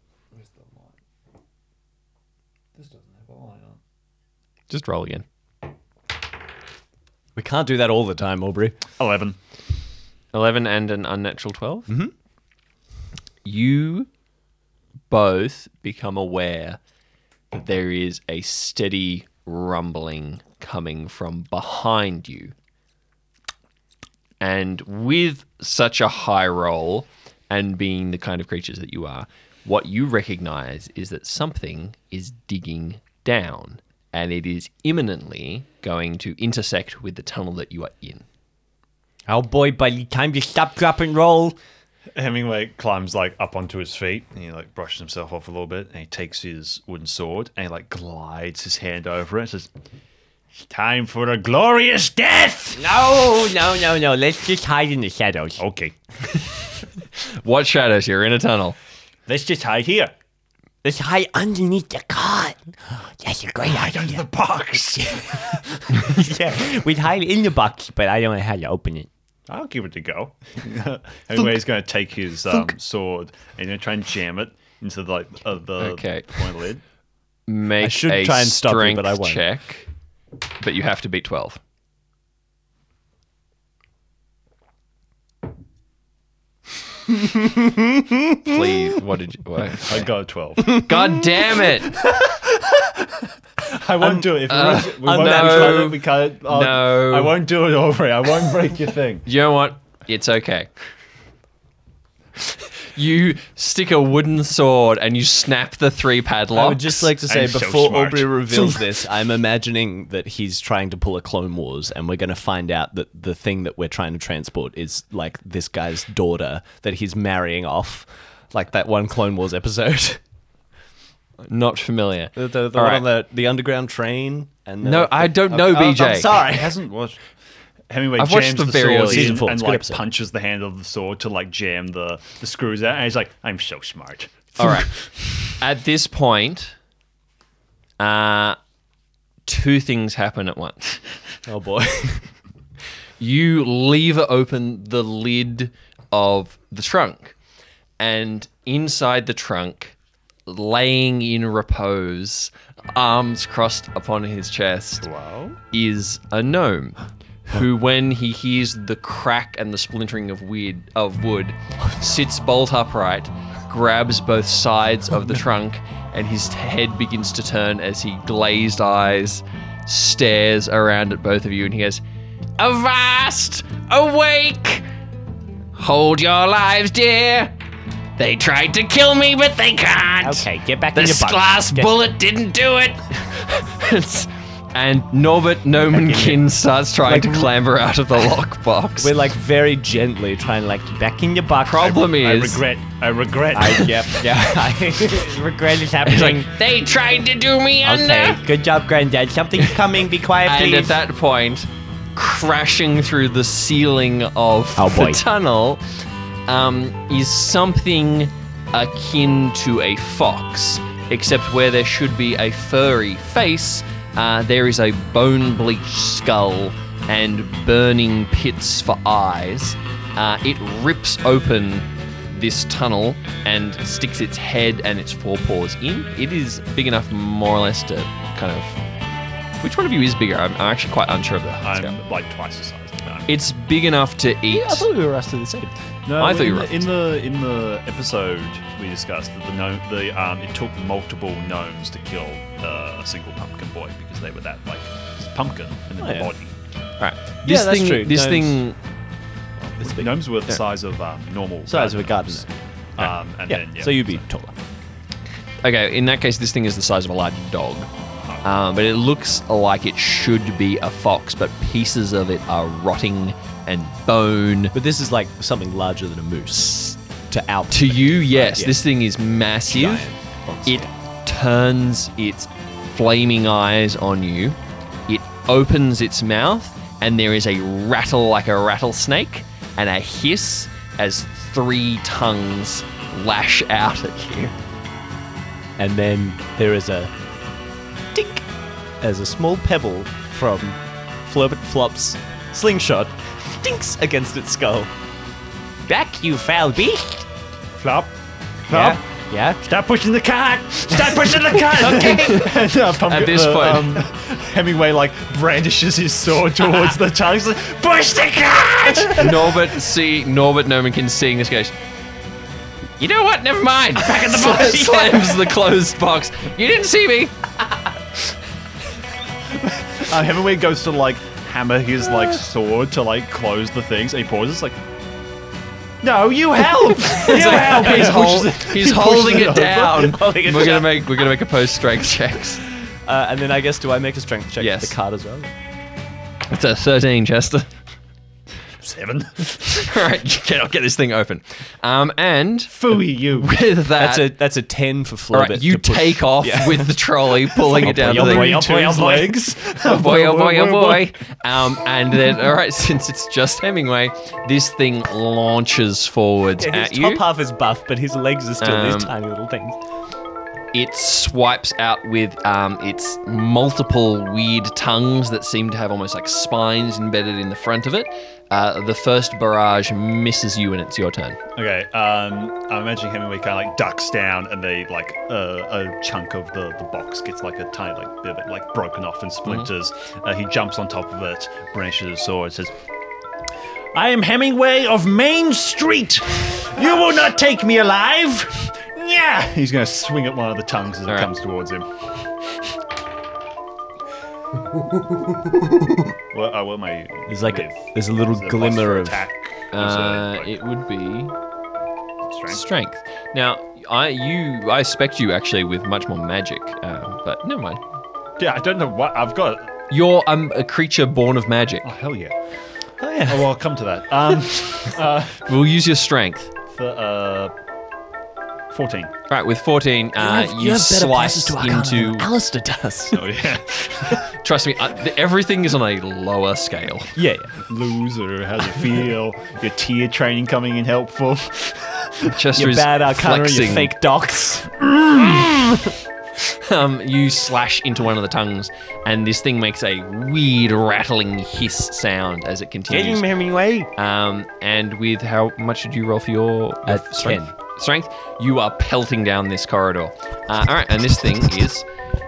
Speaker 1: Just roll again.
Speaker 10: We can't do that all the time, Aubrey.
Speaker 9: 11.
Speaker 1: 11 and an unnatural 12. Mm-hmm. You both become aware that there is a steady rumbling coming from behind you. And with such a high roll and being the kind of creatures that you are, what you recognize is that something is digging down and it is imminently going to intersect with the tunnel that you are in.
Speaker 2: Oh boy, by the time you stop, drop, and roll.
Speaker 9: Hemingway climbs like up onto his feet and he like brushes himself off a little bit and he takes his wooden sword and he like glides his hand over it and says, It's time for a glorious death!
Speaker 2: No, no, no, no. Let's just hide in the shadows.
Speaker 9: Okay.
Speaker 1: What shadows? You're in a tunnel.
Speaker 3: Let's just hide here.
Speaker 5: Let's hide underneath the car. That's a great idea.
Speaker 3: The box.
Speaker 5: yeah, we'd hide in the box, but I don't know how to open it.
Speaker 3: I'll give it a go. anyway, he's going to take his um, sword and going to try and jam it into the, like, uh, the
Speaker 1: Okay.
Speaker 3: point lid.
Speaker 1: Make
Speaker 2: should
Speaker 1: a
Speaker 2: try and stop you,
Speaker 1: strength
Speaker 2: but I won't.
Speaker 1: check, but you have to beat twelve. Please, what did you? What?
Speaker 3: I got a 12.
Speaker 1: God damn it!
Speaker 3: I won't do it. If we won't, we won't
Speaker 1: no.
Speaker 3: try it, we can't. I'll-
Speaker 1: No.
Speaker 3: uh, I won't do it, Aubrey. I won't break your thing.
Speaker 1: You know what? It's okay. You stick a wooden sword and you snap the three padlocks.
Speaker 2: I would just like to say
Speaker 3: I'm so
Speaker 2: before
Speaker 3: smart.
Speaker 2: Aubrey reveals this, I'm imagining that he's trying to pull a Clone Wars, and we're going to find out that the thing that we're trying to transport is like this guy's daughter that he's marrying off, like that one Clone Wars episode,
Speaker 1: not familiar.
Speaker 2: the, the, the
Speaker 1: All
Speaker 2: one
Speaker 1: right.
Speaker 2: on the, the underground train. And the-
Speaker 1: no, I don't know,
Speaker 2: I'm- I'm
Speaker 1: BJ.
Speaker 2: sorry.
Speaker 3: He hasn't watched. Hemingway
Speaker 1: I've
Speaker 3: jams
Speaker 1: watched
Speaker 3: the,
Speaker 1: the very
Speaker 3: sword
Speaker 1: early
Speaker 3: in
Speaker 2: season four.
Speaker 3: and
Speaker 2: It's a good
Speaker 3: like
Speaker 2: episode.
Speaker 3: punches the handle of the sword to like jam the, the screws out. And he's like, "I'm so smart."
Speaker 1: All right. At this point, uh, two things happen at once.
Speaker 2: Oh boy,
Speaker 1: You lever open the lid of the trunk, and inside the trunk, laying in repose, arms crossed upon his chest, is a gnome. Who, when he hears the crack and the splintering of weird of wood, sits bolt upright, grabs both sides of the trunk, and his head begins to turn as he glazed eyes stares around at both of you, and he goes, "Avast! Awake! Hold your lives, dear. They tried to kill me, but they can't.
Speaker 5: Okay, get back in your
Speaker 1: This
Speaker 5: box.
Speaker 1: glass
Speaker 5: Get-
Speaker 1: bullet didn't do it. It's- and Norbert Nomankin starts trying to clamber out of the lockbox.
Speaker 2: we're
Speaker 1: The
Speaker 2: like very gently trying to like
Speaker 5: Back in your box.
Speaker 1: problem
Speaker 3: I
Speaker 1: is,
Speaker 3: regret. I regret.
Speaker 2: yep, yeah.
Speaker 5: I regret is
Speaker 1: he's
Speaker 5: happening.
Speaker 1: like, they tried to do
Speaker 5: okay,
Speaker 1: me under.
Speaker 5: good job, Granddad. Something's coming. Be quiet,
Speaker 1: And
Speaker 5: please.
Speaker 1: at that point, crashing through the ceiling of
Speaker 5: Oh,
Speaker 1: the
Speaker 5: boy.
Speaker 1: tunnel um, is something akin to a fox, except where there should be a furry face, uh, there is a bone bleached skull and burning pits for eyes. Uh, it rips open this tunnel and sticks its head and its forepaws in. It is big enough, more or less, to kind of. Which one of you is bigger? I'm, I'm actually quite unsure of the height
Speaker 3: I'm
Speaker 1: scale.
Speaker 3: like twice the size. No, I'm-
Speaker 1: It's big enough to eat.
Speaker 2: I thought we were us to the same.
Speaker 3: No,
Speaker 1: I thought
Speaker 3: in
Speaker 1: you were
Speaker 3: the,
Speaker 1: right.
Speaker 3: in the in the episode we discussed that the gnome, the um, it took multiple gnomes to kill uh, a single pumpkin boy because they were that like it's a pumpkin and then
Speaker 2: Oh,
Speaker 3: the
Speaker 2: yeah.
Speaker 3: body.
Speaker 1: Right. This
Speaker 2: that's
Speaker 1: thing,
Speaker 2: true.
Speaker 1: this
Speaker 2: Gnomes-
Speaker 1: thing
Speaker 2: This big.
Speaker 3: Gnomes were the size of um, normal
Speaker 2: Size of a garden.
Speaker 3: gnomes. Um, and
Speaker 2: yeah.
Speaker 3: then yeah,
Speaker 2: so you'd be taller.
Speaker 1: Okay, in that case, this thing is the size of a large dog. Um, but it looks like it should be a fox, but pieces of it are rotting and bone.
Speaker 2: But this is like something larger than a moose. To out
Speaker 1: To you, yes,
Speaker 2: Yeah.
Speaker 1: this thing is massive.
Speaker 2: Giant monster.
Speaker 1: It turns its flaming eyes on you. It opens its mouth, and there is a rattle like a rattlesnake and a hiss as three tongues lash out at you.
Speaker 2: and then there is a tick as a small pebble from Flirbit Flop's slingshot dinks against its skull.
Speaker 5: back, you foul beast.
Speaker 3: flop, flop.
Speaker 5: Yeah. Yeah.
Speaker 3: Stop pushing the cart! Stop pushing the cart! and, uh, pumpkin-
Speaker 1: At this
Speaker 3: uh,
Speaker 1: point-
Speaker 3: um, Hemingway like brandishes his sword towards the tongue. He's like, push the cart!
Speaker 1: Norbert see Norbert Nomankin seeing this goes. You know what? Never mind. Back in the box. Slams the closed box. You didn't see me.
Speaker 3: Uh, Hemingway goes to like hammer his like sword to like close the things. And he pauses like, "No, you help! you help!"
Speaker 1: He's,
Speaker 3: He pushes
Speaker 1: hol-
Speaker 3: it-
Speaker 1: he's
Speaker 3: he pushes
Speaker 1: holding it
Speaker 3: over.
Speaker 1: down.
Speaker 3: Holding it
Speaker 1: we're gonna
Speaker 3: down.
Speaker 1: make we're gonna make a post strength checks.
Speaker 2: Uh, and then I guess do I make a strength check
Speaker 1: Yes.
Speaker 2: for the card as well?
Speaker 1: It's a thirteen, Chester.
Speaker 3: seven.
Speaker 1: All right, get, I'll get this thing open. Um, and
Speaker 3: Fooey you.
Speaker 1: with that,
Speaker 2: That's a that's a ten for
Speaker 1: all
Speaker 2: Flobit.
Speaker 1: right, you take off with the trolley, pulling it down
Speaker 3: Yo,
Speaker 1: the
Speaker 3: boy, yo, boy, yo, boy.
Speaker 1: oh boy, oh boy, oh boy. Um, and then, all right, since it's just Hemingway, this thing launches forwards at
Speaker 2: his
Speaker 1: you.
Speaker 2: top half is buff, but his legs are still
Speaker 1: Um,
Speaker 2: these tiny little things.
Speaker 1: It swipes out with um, its multiple weird tongues that seem to have almost like spines embedded in the front of it. Uh, the first barrage misses you, and it's your turn.
Speaker 3: Okay, um, I'm imagining Hemingway kind of like ducks down, and they like uh, a chunk of the, the box gets like a tiny like bit of it, like broken off and splinters. Uh, he jumps on top of it, brandishes his sword, says, "I am Hemingway of Main Street. You will not take me alive." Yeah, he's gonna swing at one of the tongues as it
Speaker 1: right.
Speaker 3: comes towards him. what, uh, what am I?
Speaker 2: There's like a,
Speaker 3: with?
Speaker 2: there's a little
Speaker 3: Is it a plus
Speaker 2: glimmer
Speaker 3: for
Speaker 2: of
Speaker 3: attack. Is
Speaker 1: Uh,
Speaker 3: it,
Speaker 1: it would be
Speaker 3: like, strength?
Speaker 1: strength. Now, I you I expect you actually with much more magic, um, but never mind.
Speaker 3: Yeah, I don't know what I've got.
Speaker 1: You're um, a creature born of magic.
Speaker 3: Oh hell yeah!
Speaker 2: oh, yeah.
Speaker 3: Oh, well, I'll come to that. Um,
Speaker 1: We'll use your strength.
Speaker 3: th- uh, fourteen.
Speaker 1: Right, with 14, uh, you, slice into.
Speaker 2: Alistair does.
Speaker 3: Oh yeah,
Speaker 1: Trust me, uh, th- everything is on a lower scale.
Speaker 2: yeah,
Speaker 3: loser. How's it feel? Your tier training coming in helpful.
Speaker 1: Chester
Speaker 2: your
Speaker 1: is
Speaker 2: bad arcana and
Speaker 1: flexing.
Speaker 2: your fake docs.
Speaker 1: Um, you slash into one of the tongues, and this thing makes a weird rattling hiss sound as it continues.
Speaker 2: Hemingway.
Speaker 1: Um, and with how much did you roll for your your
Speaker 2: At
Speaker 1: strength?
Speaker 2: 10.
Speaker 1: Strength. You are pelting down this corridor. Uh, all right, and this thing is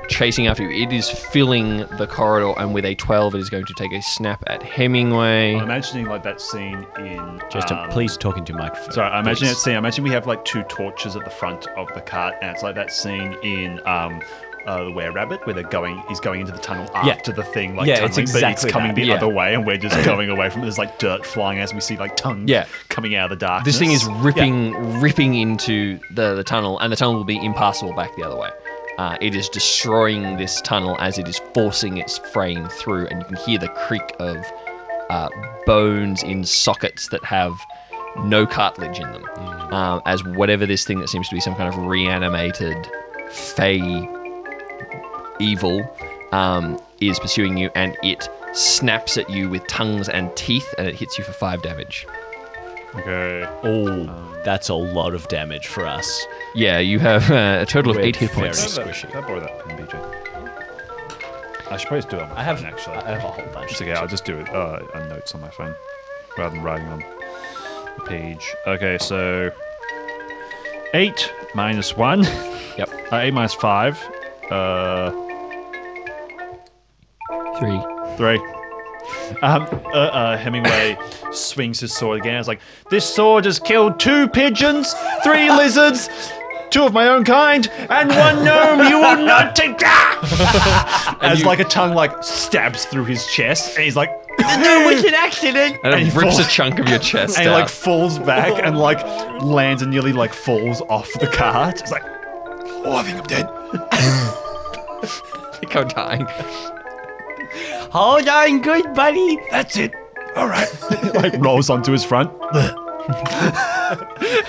Speaker 1: chasing after you. It is filling the corridor, and with a twelve, it is going to take a snap at
Speaker 3: I'm
Speaker 1: Hemingway.
Speaker 3: imagining like that scene in.
Speaker 2: Justin,
Speaker 3: um,
Speaker 2: uh, please talk into your microphone.
Speaker 3: Sorry, I imagine that
Speaker 2: please.
Speaker 3: scene. I imagine we have like two torches at the front of the cart, and it's like that scene in. Um, uh, the Were Rabbit, where they're going, he's going into the tunnel
Speaker 2: Yeah.
Speaker 3: after the thing, like
Speaker 2: Yeah,
Speaker 3: tunneling,
Speaker 2: it's
Speaker 3: but
Speaker 2: exactly
Speaker 3: it's coming
Speaker 2: that.
Speaker 3: the
Speaker 1: Yeah.
Speaker 3: other way, and we're just going away from it. There's like dirt flying as we see like tongues
Speaker 1: Yeah.
Speaker 3: coming out of the darkness.
Speaker 1: This thing is ripping, ripping into the, the tunnel, and the tunnel will be impassable back the other way. Uh, it is destroying this tunnel as it is forcing its frame through, and you can hear the creak of uh, bones in sockets that have no cartilage in them, um, as whatever this thing that seems to be some kind of reanimated fey evil um, is pursuing you, and it snaps at you with tongues and teeth, and it hits you for five damage.
Speaker 3: Okay.
Speaker 2: Oh, that's a lot of damage for us.
Speaker 1: Yeah, you have uh, a total of
Speaker 2: Red
Speaker 1: eight hit
Speaker 2: fairy.
Speaker 1: points.
Speaker 2: squishy.
Speaker 3: Can I borrow that pen, BJ? I should probably do it on my
Speaker 2: I have
Speaker 3: phone, actually.
Speaker 2: I have a whole bunch.
Speaker 3: It's okay, I'll just do it uh, on notes on my phone rather than writing on the page. Okay, so 8 minus 1. Uh,
Speaker 1: Yep.
Speaker 3: 8 minus 5. Uh,
Speaker 4: Three.
Speaker 3: 3. Um, uh, uh, Hemingway swings his sword again. It's like, this sword has killed two pigeons, three lizards, two of my own kind, and one gnome you will not take. Ah! As
Speaker 1: you-
Speaker 3: like a tongue like stabs through his chest, and he's like,
Speaker 1: And it
Speaker 3: And
Speaker 1: rips a
Speaker 3: four.
Speaker 1: chunk of your chest
Speaker 3: and he
Speaker 1: out.
Speaker 3: like falls back and like lands and nearly like falls off the cart. It's like, oh, I think I'm dead.
Speaker 1: think I'm dying.
Speaker 2: Hold on, good buddy.
Speaker 3: That's it. All right. like rolls onto his front.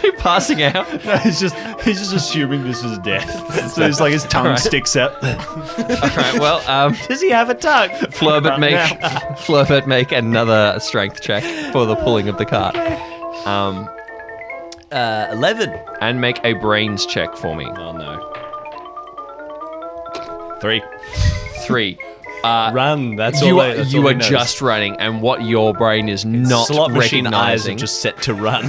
Speaker 1: You're passing out.
Speaker 3: he's just he's just assuming this is death. so it's like his tongue sticks out.
Speaker 1: All right, well, um,
Speaker 2: Does he have a tongue?
Speaker 1: Flurbert make Flurbert make another strength check for the pulling of the cart, um,
Speaker 2: Uh, Eleven.
Speaker 1: and make a brains check for me.
Speaker 2: Oh no. Three.
Speaker 1: Three. Uh,
Speaker 2: Run. That's
Speaker 1: you
Speaker 2: all. I-
Speaker 1: are,
Speaker 2: that's
Speaker 1: you
Speaker 2: all
Speaker 1: are
Speaker 2: he knows.
Speaker 1: just running, and what your brain is not
Speaker 2: slot machine eyes are
Speaker 1: recognizing
Speaker 2: just set to run.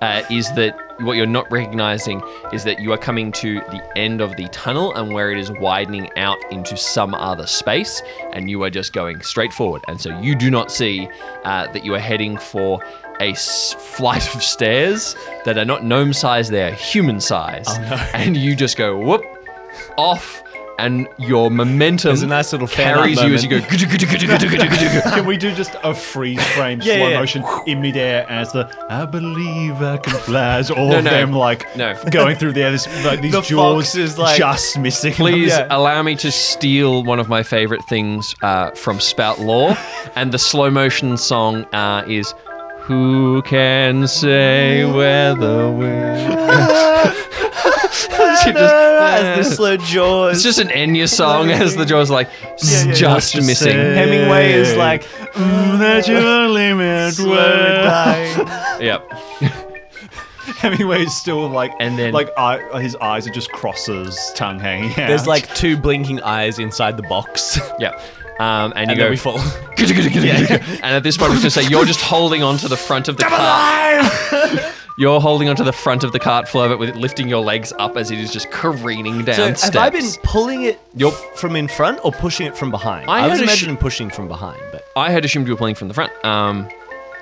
Speaker 1: uh, is that what you're not recognizing is that you are coming to the end of the tunnel and where it is widening out into some other space, and you are just going straight forward. And so you do not see uh, that you are heading for a s- flight of stairs that are not gnome size, they are human size.
Speaker 2: Oh,
Speaker 1: And you just go whoop off. And your momentum
Speaker 2: There's a nice little fan-up
Speaker 1: carries you as you go.
Speaker 2: moment.
Speaker 3: Can we do just a freeze frame
Speaker 2: Yeah,
Speaker 3: slow
Speaker 2: yeah, yeah.
Speaker 3: motion in midair as the I believe I can fly as all
Speaker 1: No,
Speaker 3: of
Speaker 1: no.
Speaker 3: them like
Speaker 1: No.
Speaker 3: going through there, this like these
Speaker 2: The
Speaker 3: jaws
Speaker 2: fox is like-
Speaker 3: just missing.
Speaker 1: Please
Speaker 2: Yeah.
Speaker 1: allow me to steal one of my favorite things uh, from Spout Law, and the slow motion song uh, is Who can say where the wind? She just-
Speaker 2: As the slow
Speaker 1: it's
Speaker 2: jaws.
Speaker 1: just an Enya song as the jaws like s- just missing.
Speaker 2: Hemingway is like,
Speaker 6: Naturally meant well.
Speaker 1: Yep.
Speaker 3: Hemingway's still like,
Speaker 1: And then-
Speaker 3: like eye, his eyes are just crosses, tongue hanging out.
Speaker 2: there's like two blinking eyes inside the box.
Speaker 1: Yep. Um, and, you
Speaker 2: And
Speaker 1: go
Speaker 2: then we fall.
Speaker 1: and at this point, we're going to say you're just holding onto the front of the cart. You're holding onto the front of the cart floor of it with lifting your legs up as it is just careening down
Speaker 2: So
Speaker 1: steps.
Speaker 2: have I been pulling it
Speaker 1: Yup.
Speaker 2: f- from in front or pushing it from behind?
Speaker 1: I
Speaker 2: I, was
Speaker 1: had a sh-
Speaker 2: imagining pushing from behind, but
Speaker 1: I had assumed you were playing from the front. Um,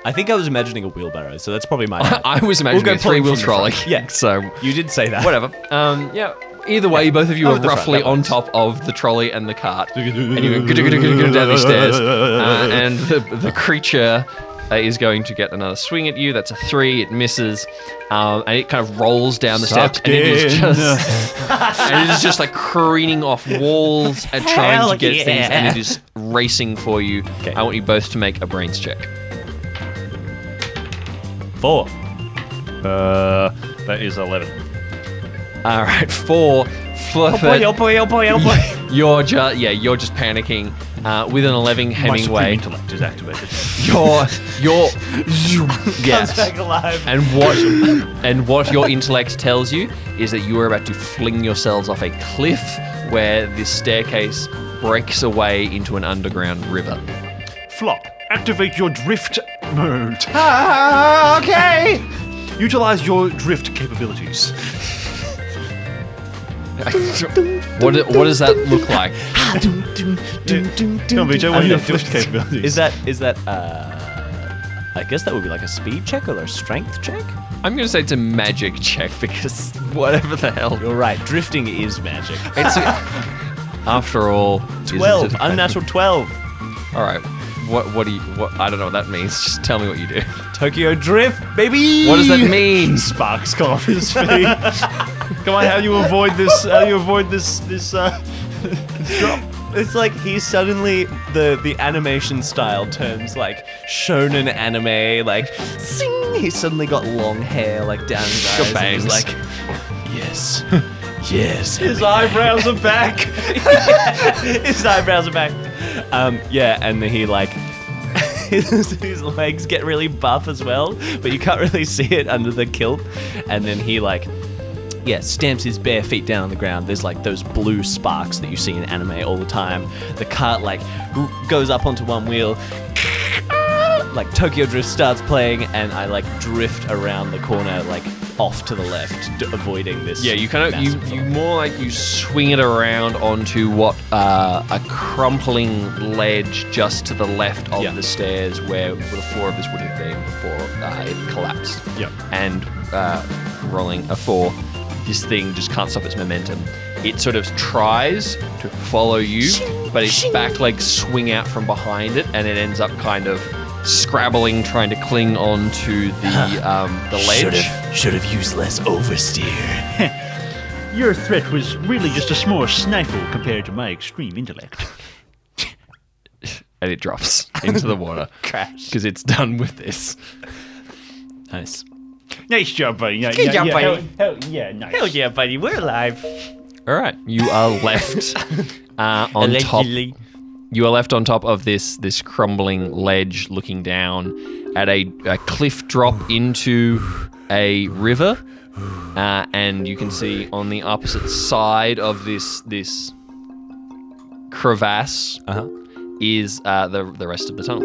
Speaker 2: I think I was imagining a wheelbarrow, so that's probably my. bad.
Speaker 1: I was imagining
Speaker 2: go
Speaker 1: a three-wheel
Speaker 2: pulling from the
Speaker 1: trolley.
Speaker 2: front. Yeah.
Speaker 1: So
Speaker 2: you did say that.
Speaker 1: whatever. Um, yeah. Either way, both of you
Speaker 2: I'm
Speaker 1: are
Speaker 2: at the front,
Speaker 1: roughly
Speaker 2: that
Speaker 1: on
Speaker 2: works.
Speaker 1: top of the trolley and the cart, and you go down these stairs. Uh, and the, the creature uh, is going to get another swing at you. That's a three. It misses, um, and it kind of rolls down the steps,
Speaker 3: Sucked
Speaker 1: and it is
Speaker 3: in.
Speaker 1: just, and it is just like careening off walls and trying to get things, and it is racing for you. I want you both to make a brains check.
Speaker 2: Four.
Speaker 3: uh, that is eleven.
Speaker 1: All right, four. Fluffert,
Speaker 2: Oh, boy! Oh boy! Oh boy!
Speaker 1: You're just yeah, you're just panicking uh, with an 11 Hemingway.
Speaker 3: My supreme intellect is activated.
Speaker 1: Your your yes,
Speaker 2: Back alive.
Speaker 1: and what and what your intellect tells you is that you are about to fling yourselves off a cliff where this staircase breaks away into an underground river.
Speaker 3: Flop. Activate your drift mode. Ah, okay. Utilize your drift capabilities.
Speaker 1: What do- what does that look like?
Speaker 3: Ah, Tell me, Joe, what are your drift capabilities?
Speaker 2: Is that is that? uh I guess that would be like a speed check or a strength check.
Speaker 1: I'm gonna say it's a magic check because whatever the hell.
Speaker 2: You're right. Drifting is magic.
Speaker 1: It's a- after all, isn't it
Speaker 2: Twelve.
Speaker 1: magic?
Speaker 2: Unnatural twelve.
Speaker 1: All right. What what do you what I don't know what that means. Just tell me what you do.
Speaker 2: Tokyo Drift, baby.
Speaker 1: What does that mean?
Speaker 3: Sparks come off his feet. Come on, how do you avoid this? How do you avoid this? This. Uh, this drop?
Speaker 2: It's like he suddenly the the animation style turns like shonen anime, like sing. He suddenly got long hair like down his eyes. and he's
Speaker 1: bangs.
Speaker 2: like yes, yes.
Speaker 3: His eyebrows are back.
Speaker 2: His eyebrows are back. Um, yeah, and then he like. his, his legs get really buff as well, but you can't really see it under the kilt. And then he like, yeah, stamps his bare feet down on the ground. There's like those blue sparks that you see in anime all the time. The cart like r- goes up onto one wheel. Like Tokyo Drift starts playing, and I like drift around the corner, like off to the left, d- avoiding this.
Speaker 1: Yeah, you kind of you,
Speaker 2: massive-
Speaker 1: you more like you swing it around onto what uh, a crumpling ledge just to the left of
Speaker 2: Yeah.
Speaker 1: the stairs where the floor of this would have been before uh, it collapsed.
Speaker 3: Yep.
Speaker 1: And uh, rolling a four, this thing just can't stop its momentum. It sort of tries to follow you, but its back legs swing out from behind it, and it ends up kind of scrabbling, trying to cling onto the um, the ledge.
Speaker 2: should have used less oversteer.
Speaker 6: Your threat was really just a small sniffle compared to my extreme intellect.
Speaker 1: and it drops into the water. Crash. Because it's done with this.
Speaker 2: Nice.
Speaker 6: Nice job, buddy. Yeah,
Speaker 2: Good
Speaker 6: yeah,
Speaker 2: job,
Speaker 6: yeah,
Speaker 2: buddy.
Speaker 6: Hell, hell yeah, nice.
Speaker 5: Hell yeah, buddy, we're alive.
Speaker 1: All right. You are left uh, on top.
Speaker 5: Allegedly.
Speaker 1: You are left on top of this this crumbling ledge, looking down at a, a cliff drop into a river, uh, and you can see on the opposite side of this this crevasse
Speaker 2: Uh-huh.
Speaker 1: is uh, the the rest of the tunnel.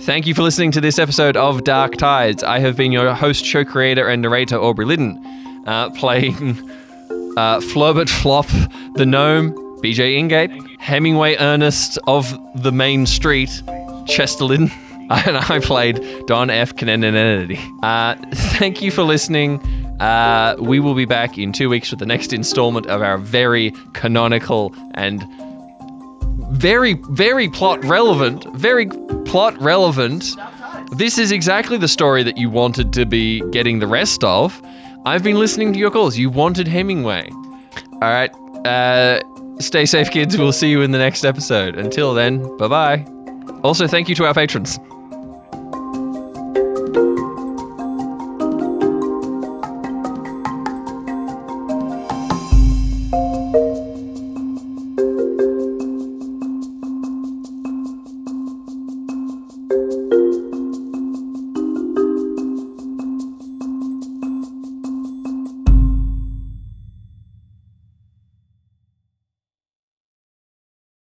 Speaker 1: Thank you for listening to this episode of Dark Tides. I have been your host, show creator, and narrator, Aubrey Lydon, uh, playing uh, Florbert Flop, the gnome, BJ Ingate, Hemingway Ernest of the Main Street, Chester Lydon, and I played Don F. Kennedy. Uh, thank you for listening. Uh, we will be back in two weeks with the next installment of our very canonical and very, very plot relevant, very plot relevant This is exactly the story that you wanted to be getting the rest of. I've been listening to your calls. You wanted Hemingway. All right. Uh, stay safe, kids. We'll see you in the next episode. Until then, bye bye. Also, thank you to our patrons.